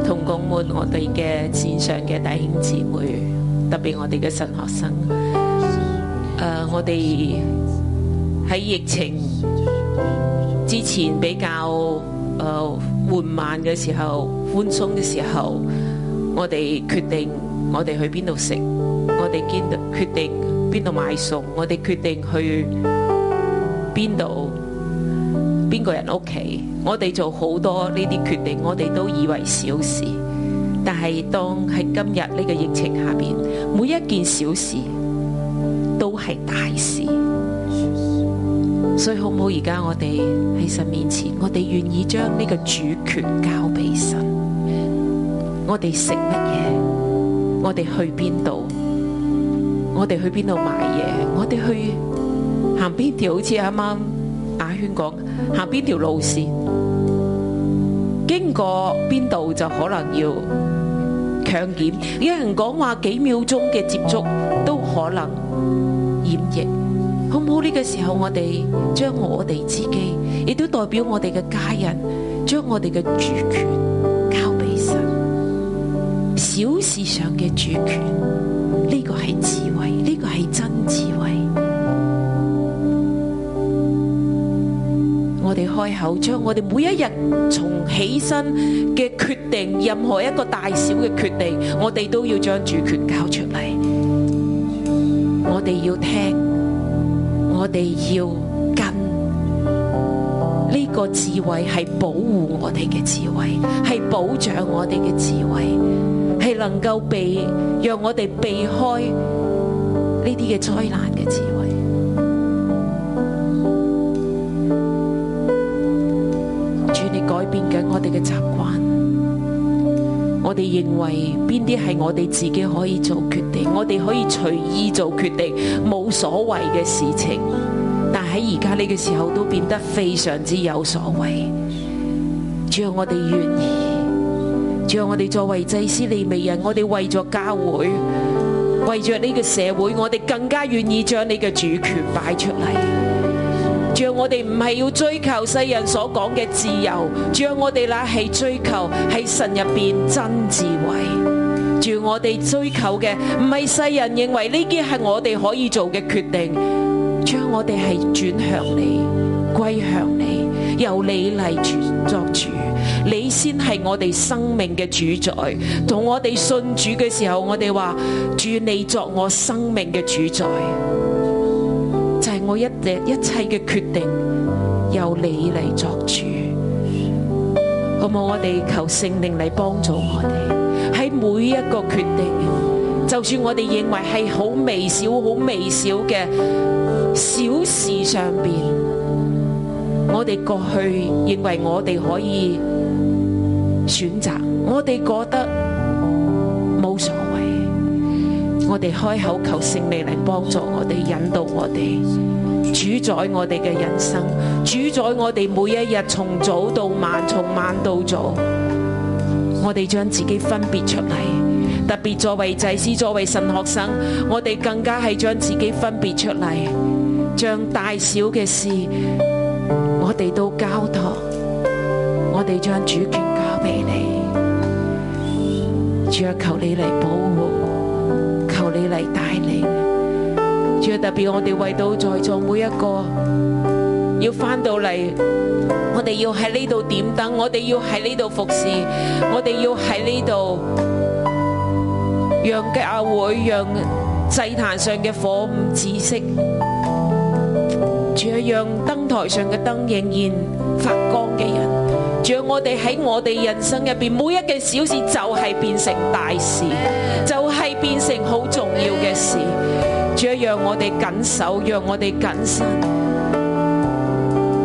Speaker 7: 同工們，我哋嘅線上嘅弟兄姊妹，特別我哋嘅神學生，诶、我哋喺疫情之前比較诶缓、緩慢嘅時候、寬鬆嘅時候，我哋決定我哋去邊度食，我哋堅決定邊度買餸，我哋決定去邊度。邊個人屋企，我哋做好多呢啲決定，我哋都以為小事，但係當喺今日呢個疫情下邊，每一件小事都係大事。所以好唔好？而家我哋喺神面前，我哋願意將呢個主權交俾神。我哋食乜嘢？我哋去邊度？我哋去邊度買嘢？我哋去行邊條？好似啱啱阿圈講，行邊條路線，經過邊度就可能要強檢。有人講話幾秒鐘嘅接觸都可能染疫，好唔好？呢、個時候我哋將我哋自己，亦都代表我哋嘅家人，將我哋嘅主權交俾神，小事上嘅主權。呢個係智慧，呢、個係真智慧。我哋開口，將我哋每一日從起身嘅決定，任何一個大小嘅決定，我哋都要將主權交出嚟。我哋要聽，我哋要跟。呢、個智慧係保護我哋嘅智慧，係保障我哋嘅智慧，係能夠避，讓我哋避開呢啲嘅災難嘅智慧。主你改變緊我哋嘅習慣，我我哋認為邊啲係我哋自己可以做決定，我哋可以隨意做決定，冇所謂嘅事情。但喺而家呢個時候都變得非常之有所謂。主啊要我哋願意，主啊要我哋作為祭司利未人，我哋為咗教會，為着呢個社會，我哋更加願意將你嘅主權擺出嚟。主啊，我哋唔系要追求世人所讲嘅自由，主啊，我哋乃系追求喺神入边真智慧。主啊，我哋追求嘅唔系世人认为呢啲系我哋可以做嘅决定，主啊，我哋系转向你，归向你，由你嚟主作主。你先系我哋生命嘅主宰，同我哋信主嘅时候，我哋话主你作我生命嘅主宰。就係我一切一切嘅決定由你嚟作主，好冇？我哋求聖靈嚟幫助我哋喺每一個決定，就算我哋認為係好微小、好微小嘅小事上邊，我哋過去認為我哋可以選擇，我哋覺得冇所謂。我哋開口求聖靈嚟幫助我哋，引導我哋，主宰我哋嘅人生，主宰我哋每一日從早到晚，從晚到早。我哋將自己分別出嚟，特別作為祭司、作為神學生，我哋更加係將自己分別出嚟，將大小嘅事，我哋都交託，我哋將主權交俾你。主啊，求你嚟保護我。求你嚟带领。主啊，特别我哋为到在座每一个要翻到嚟，我哋要喺呢度点灯，我哋要喺呢度服侍，我哋要喺呢度让教会、让祭坛上嘅火唔止息。主啊，让灯台上嘅灯仍然发光嘅人，主啊，我哋喺我哋人生入边每一件小事就系变成大事，就系、變变成好重要嘅事。主啊，让我哋谨守，让我哋谨慎，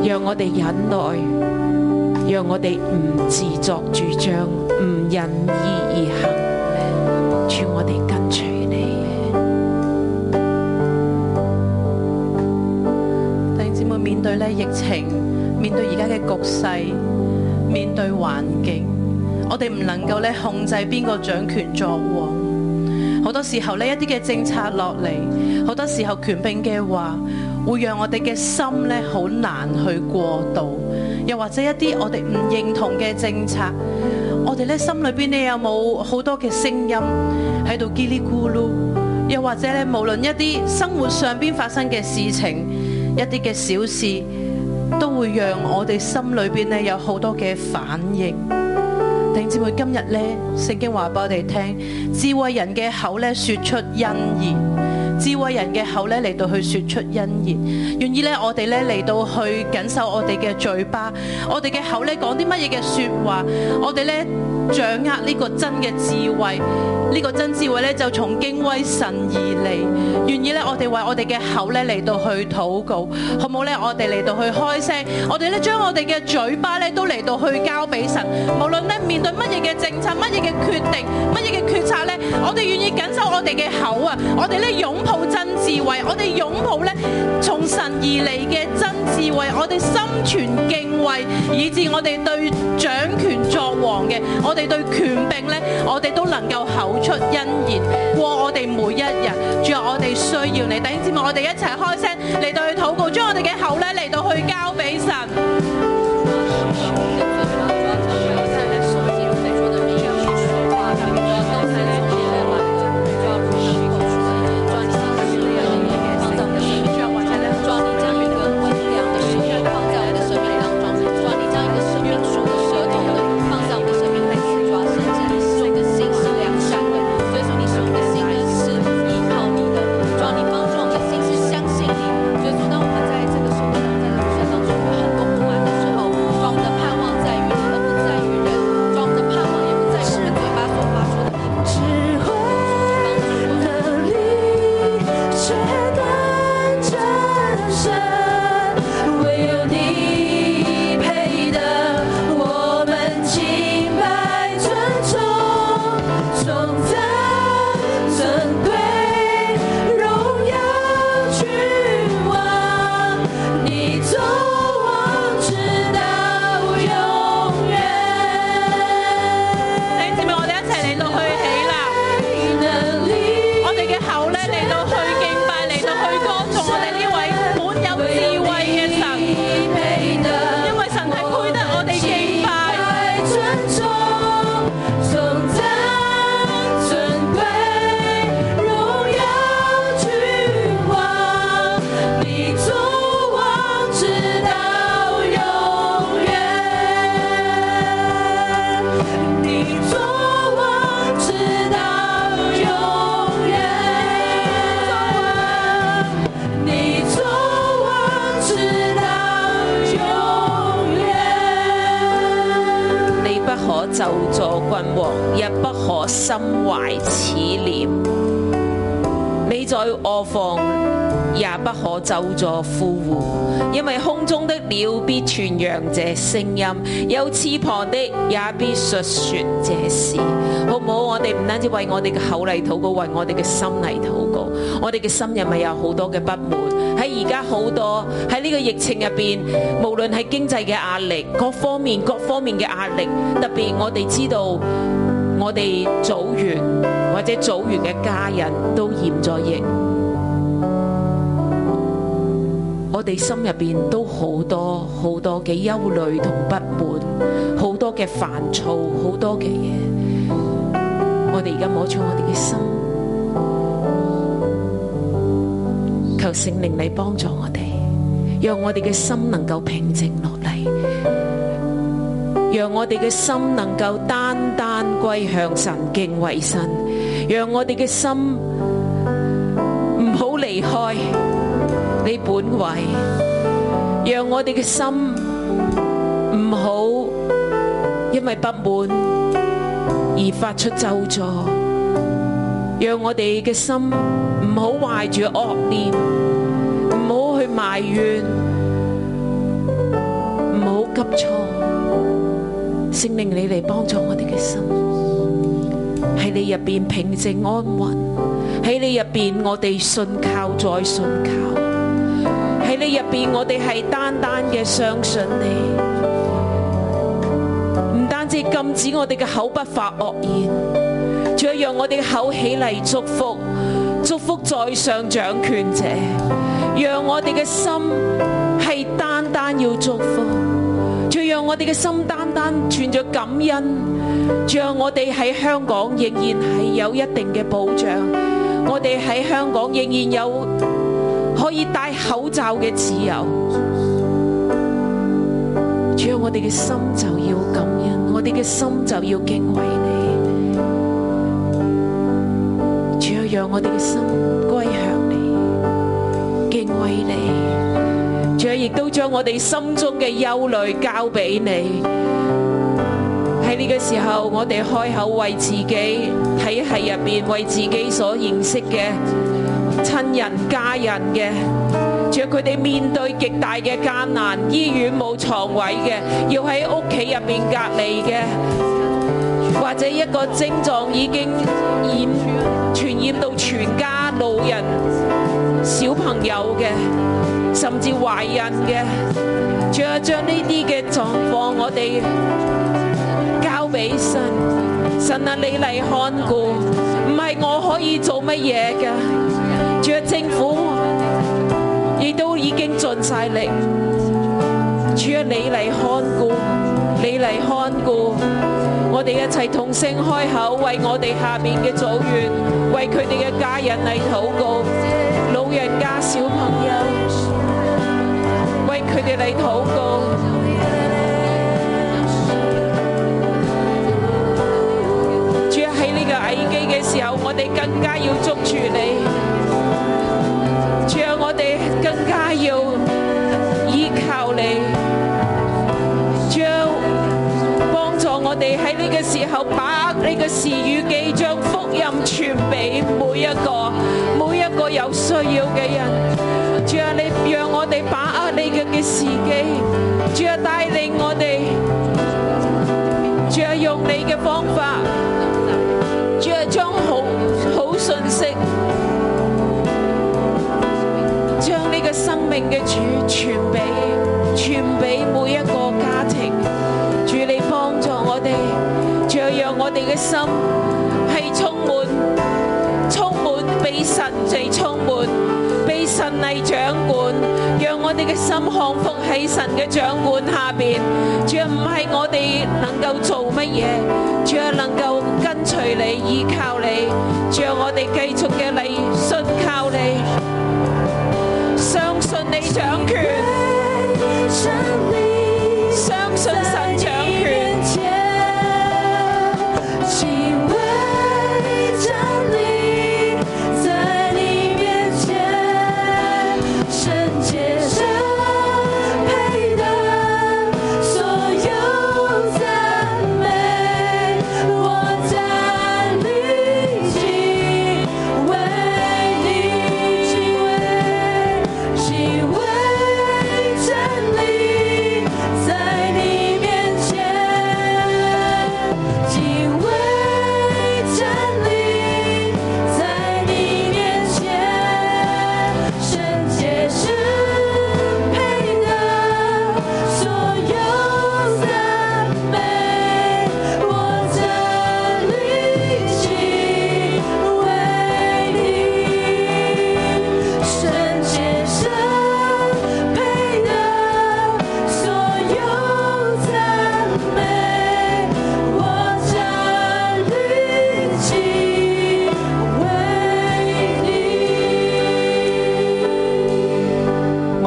Speaker 7: 让我哋忍耐，让我哋唔自作主张，唔任意而行。主，我哋跟随你。
Speaker 6: 弟兄姊妹面對咧疫情，面對而家嘅局勢，面對環境，我哋唔能夠咧控制邊個掌權作王。好多時候呢，一啲嘅政策落嚟，好多時候權柄嘅話，會讓我哋嘅心咧好難去過渡，又或者一啲我哋唔認同嘅政策，我哋咧心裏邊咧有冇好多嘅聲音喺度叽哩咕嚕？又或者咧，無論一啲生活上邊發生嘅事情，一啲嘅小事，都會讓我哋心裏邊咧有好多嘅反應。弟兄姊妹，今日咧，聖經話俾我哋聽，智慧人嘅口咧說出恩言，智慧人嘅口咧嚟到去說出恩言，願意咧我哋咧嚟到去緊守我哋嘅嘴巴，我哋嘅口咧講啲乜嘢嘅说話，我哋咧掌握呢個真嘅智慧。呢個真智慧咧就從敬畏神而嚟，願意咧我哋為我哋嘅口咧嚟到去禱告，好冇咧？我哋嚟到去開聲，我哋咧將我哋嘅嘴巴咧都嚟到去交俾神，無論咧面對乜嘢嘅政策、乜嘢嘅決定、乜嘢嘅決策咧，我哋願意緊守我哋嘅口啊！我哋咧擁抱真智慧，我哋擁抱咧從神而嚟嘅真智慧，我哋心存敬畏，以致我哋對掌權作王嘅，我哋對權柄咧，我哋都能夠口出恩言，過我哋每一日。主啊，我哋需要你，弟兄姊妹，我哋一齊開聲嚟到去禱告，將我哋嘅口咧嚟到去交俾神。
Speaker 8: 主，你帮助我们的心是相信你。所以说，当我们在这个时候当中，在
Speaker 9: 王，日不可心懷此念。你在卧房也不可咒詛富戶，因為空中的鳥必傳揚這聲音，有翅膀的也必述說這事。好唔好？我哋唔單止為我哋嘅口嚟禱告，為我哋嘅心嚟禱告。我哋嘅心入咪有好多嘅不滿，喺而家好多喺呢個疫情入邊，無論係經濟嘅壓力，各方面各方面嘅壓力，特別我哋知道。我哋組員或者組員嘅家人都染咗疫，我哋心入邊都好多好多嘅憂慮同不滿，好多嘅煩躁，好多嘅嘢。我哋而家摸住我哋嘅心，求聖靈你幫助我哋，讓我哋嘅心能夠平靜落嚟。让我哋嘅心能够单单归向神敬畏神，让我哋嘅心唔好离开你本位，让我哋嘅心唔好因为不满而发出咒诅，让我哋嘅心唔好怀住恶念，唔好去埋怨，唔好急躁。圣灵你嚟帮助我哋嘅心，喺你入边平静安稳，喺你入边我哋信靠再信靠，喺你入边我哋系单单嘅相信你，唔单止禁止我哋嘅口不发恶言，仲要让我哋嘅口起嚟祝福，祝福在上掌权者，让我哋嘅心系单单要祝福。仲要让我哋嘅心單單存着感恩，仲让我哋喺香港仍然係有一定嘅保障，我哋喺香港仍然有可以戴口罩嘅自由。主要我哋嘅心就要感恩，我哋嘅心就要敬畏你。主要让我哋嘅心歸向你，敬畏你。主啊，亦都将我哋心中嘅忧虑交俾你。喺呢个时候，我哋开口为自己体系入边，为自己所认识嘅亲人、家人嘅。主啊，佢哋面對極大嘅艱難，醫院冇床位嘅，要喺屋企入邊隔離嘅，或者一個症狀已經染傳染到全家老人、小朋友嘅。甚至懷孕嘅，仲有將呢啲嘅狀況，我哋交俾神。神啊，你嚟看顧，唔係我可以做乜嘢嘅。仲有政府亦都已經盡晒力，主啊，你嚟看顧，你嚟看顧。我哋一齊同聲開口，為我哋下面嘅組員，為佢哋嘅家人嚟禱告，老人家、小朋友。为佢哋嚟祷告。主啊喺呢个危机嘅时候，我哋更加要捉住你。主啊，我哋更加要依靠你。主啊，帮助我哋喺呢个时候把握呢个时与记，将福音传俾每一个每一个有需要嘅人。主啊，你让我哋把握你嘅嘅时机，主啊带领我哋，主啊用你嘅方法，主啊将好好信息，将呢个生命嘅主传俾传俾每一个家庭，主你帮助我哋，主啊让我哋嘅心系充满充满被神嚟充满。被神嚟掌管，让我哋嘅心降服喺神嘅掌管下边。主啊，唔系我哋能够做乜嘢，主啊能够跟随你、依靠你，主啊我哋继续嘅嚟信靠你，相信你掌权，相信神掌权。
Speaker 10: 我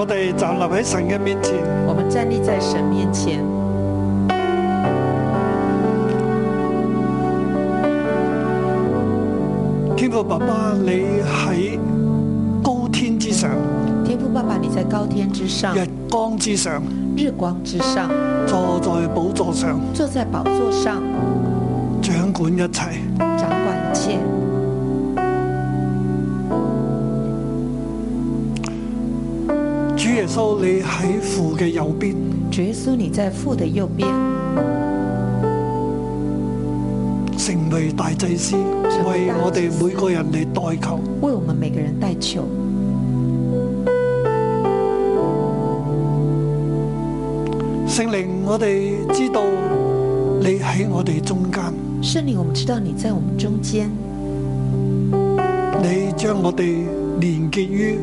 Speaker 2: 哋站立喺神嘅面前，
Speaker 4: 我们站立在神面前，
Speaker 2: 天父爸爸，你喺高天之上，
Speaker 4: 天父爸爸，你在高天之上，
Speaker 2: 日光之上，
Speaker 4: 日光之上，
Speaker 2: 坐在宝座上，
Speaker 4: 坐在宝座上，
Speaker 2: 掌管一切。
Speaker 4: 掌管一切。
Speaker 2: 主耶穌，你喺父嘅右邊，
Speaker 4: 主耶稣，你在父的右边，
Speaker 2: 成為大祭司，
Speaker 4: 為
Speaker 2: 為
Speaker 4: 大祭司
Speaker 2: 我哋每個人嚟代求。
Speaker 4: 为我们每个人代求。
Speaker 2: 聖靈，我哋知道你喺我哋中間，
Speaker 4: 圣灵，我们知道你在我们中间，
Speaker 2: 你將我哋連結於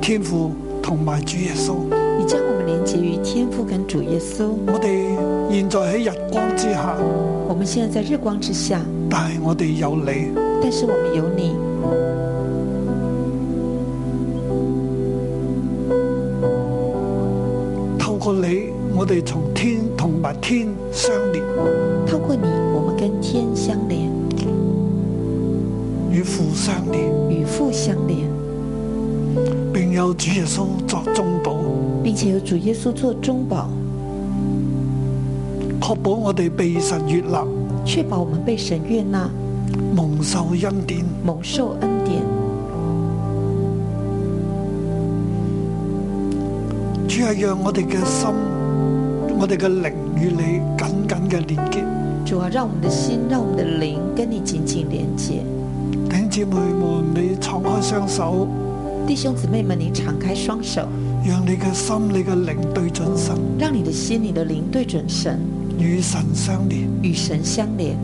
Speaker 2: 天父同埋主耶穌。
Speaker 4: 你将我们连接于天父跟主耶稣。
Speaker 2: 我哋現在喺日光之下，
Speaker 4: 我们现在在日光之下，
Speaker 2: 但係我哋有你，
Speaker 4: 但是我们有你，
Speaker 2: 透過你，我哋從天同埋天相連，
Speaker 4: 透过你，我们跟天相连，
Speaker 2: 與父相連，
Speaker 4: 与父相连，
Speaker 2: 並有主耶穌作中保，
Speaker 4: 并且有主耶稣做中保，
Speaker 2: 確保我哋被神悅納，
Speaker 4: 确保我们被神悦纳，
Speaker 2: 蒙受恩典。
Speaker 4: 蒙受恩典。
Speaker 2: 主係讓我哋嘅心、我哋嘅靈與你緊緊嘅連結。
Speaker 4: 主啊，让我们的心，让我们的灵跟你紧紧连接。
Speaker 2: 弟兄姊妹們，你敞開雙手，
Speaker 4: 弟兄姊妹们，你敞开双手，
Speaker 2: 讓你嘅心、你嘅靈對準神，
Speaker 4: 让你的心、你的灵对准神，
Speaker 2: 與神相連。
Speaker 4: 与神相连。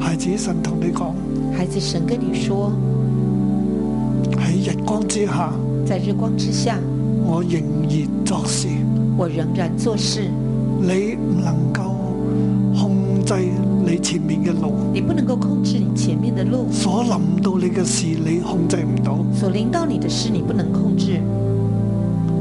Speaker 2: 孩子，神同你講
Speaker 4: 孩子，神跟你说，
Speaker 2: 喺日光之下，
Speaker 4: 在日光之下，
Speaker 2: 我仍然作事。
Speaker 4: 我仍然做事。
Speaker 2: 你唔能夠控制你前面嘅路，
Speaker 4: 你不能够控制你前面的路，
Speaker 2: 所臨到你嘅事你控制唔到，
Speaker 4: 所临到你的事你不能控制，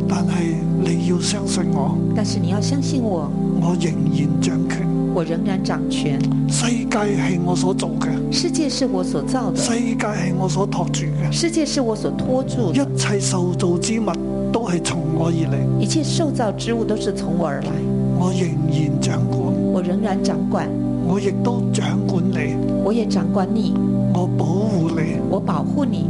Speaker 2: 但係你要相信我，
Speaker 4: 但是你要相信我，
Speaker 2: 我仍然掌權。
Speaker 4: 我仍然掌权。
Speaker 2: 世界係我所做嘅。
Speaker 4: 世界是我所造的，
Speaker 2: 世界係我所托住嘅，
Speaker 4: 世界是我所托住的，
Speaker 2: 一切受造之物都係從我而嚟，
Speaker 4: 一切受造之物都是从我而来，
Speaker 2: 我仍然掌管，
Speaker 4: 我仍然掌管，
Speaker 2: 我亦都掌管你，
Speaker 4: 我也掌管你，
Speaker 2: 我保護你，
Speaker 4: 我保护你，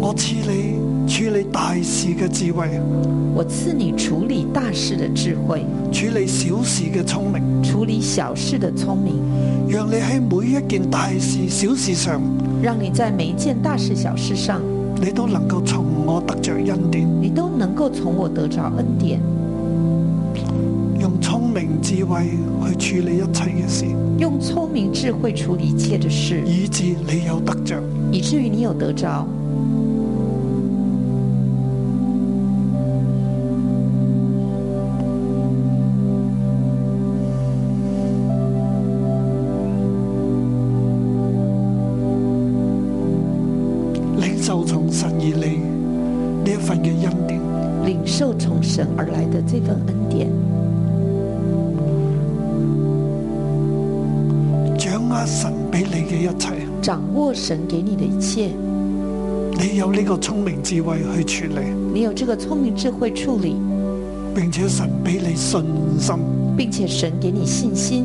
Speaker 2: 我賜你處理大事嘅智慧，
Speaker 4: 我赐你处理大事的智慧，
Speaker 2: 處理小事嘅聰明，
Speaker 4: 处理小事的聪明，
Speaker 2: 讓你喺每一件大事小事上，
Speaker 4: 让你在每一件大事小事上，
Speaker 2: 你都能夠從我得着恩典，
Speaker 4: 你都能够从我得着恩典。
Speaker 2: 用聰明智慧去處理一切嘅事，
Speaker 4: 用聪明智慧处理一切的事，
Speaker 2: 以致你有得着。
Speaker 4: 以至于你有得着。
Speaker 2: 領受從神而嚟呢一份嘅恩典。
Speaker 4: 领受从神而来的这份恩典，
Speaker 2: 掌握神俾你嘅一切，
Speaker 4: 掌握神给你的一切，
Speaker 2: 你有呢個聰明智慧去處理，
Speaker 4: 你有这个聪明智慧处理，
Speaker 2: 並且神俾你信心，
Speaker 4: 并且神给你信心，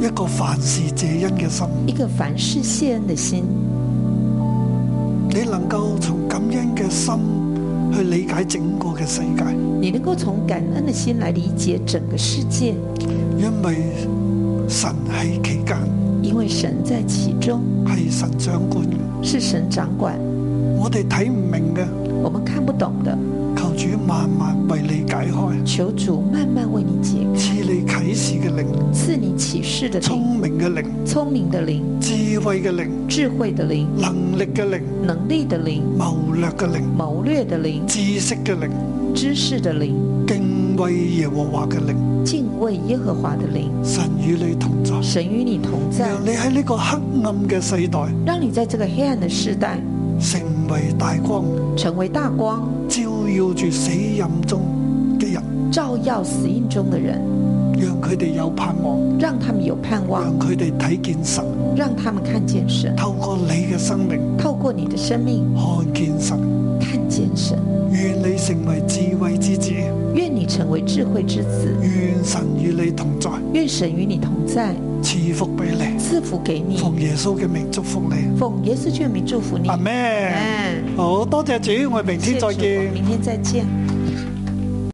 Speaker 2: 一個凡事謝恩嘅心，
Speaker 4: 一个凡事谢恩的心，
Speaker 2: 你能夠從感恩嘅心去理解整個嘅世界，
Speaker 4: 你能够从感恩的心来理解整个世界，
Speaker 2: 因為神喺期間
Speaker 4: 因为神在其中，
Speaker 2: 係神掌管嘅，
Speaker 4: 是神掌管，
Speaker 2: 我哋睇唔明嘅，
Speaker 4: 我们看不懂的，
Speaker 2: 求主慢慢為你解開，
Speaker 4: 求主慢慢为你解
Speaker 2: 賜你啟示嘅靈、
Speaker 4: 开，赐你启示的
Speaker 2: 聰
Speaker 4: 灵、
Speaker 2: 明嘅靈、
Speaker 4: 聪明的灵、
Speaker 2: 智慧嘅靈、
Speaker 4: 智慧的灵、
Speaker 2: 能力嘅靈、
Speaker 4: 能力的灵、
Speaker 2: 謀略嘅靈、
Speaker 4: 谋略的灵、
Speaker 2: 知識嘅靈、
Speaker 4: 知识的灵、
Speaker 2: 敬畏耶和華嘅靈，
Speaker 4: 敬畏耶和华的灵，
Speaker 2: 神與你同在，
Speaker 4: 神与你同在，
Speaker 2: 讓你喺呢個黑暗嘅世代
Speaker 4: 让你在这个黑暗的世代
Speaker 2: 成為大光，
Speaker 4: 成为大光，
Speaker 2: 照耀住死蔭中嘅人，
Speaker 4: 照耀死荫中的人，
Speaker 2: 讓佢哋有盼望，
Speaker 4: 让他们有盼望，
Speaker 2: 讓佢哋睇見神，
Speaker 4: 让他们看见神，
Speaker 2: 透過你嘅生命
Speaker 4: 透过你的生命
Speaker 2: 看見神。
Speaker 4: 看见神。
Speaker 2: 願你成為智慧之子，
Speaker 4: 愿你成为智慧之子，
Speaker 2: 願神與你同在，
Speaker 4: 愿神与你同在，
Speaker 2: 賜福俾你，
Speaker 4: 赐福给你。
Speaker 2: 奉耶穌嘅名祝福你。
Speaker 4: 奉耶稣之名祝福你。
Speaker 2: 阿咩？
Speaker 4: Amen
Speaker 2: 好多謝主，我哋明天再
Speaker 4: 谢谢
Speaker 2: 見。
Speaker 4: 主明天再见。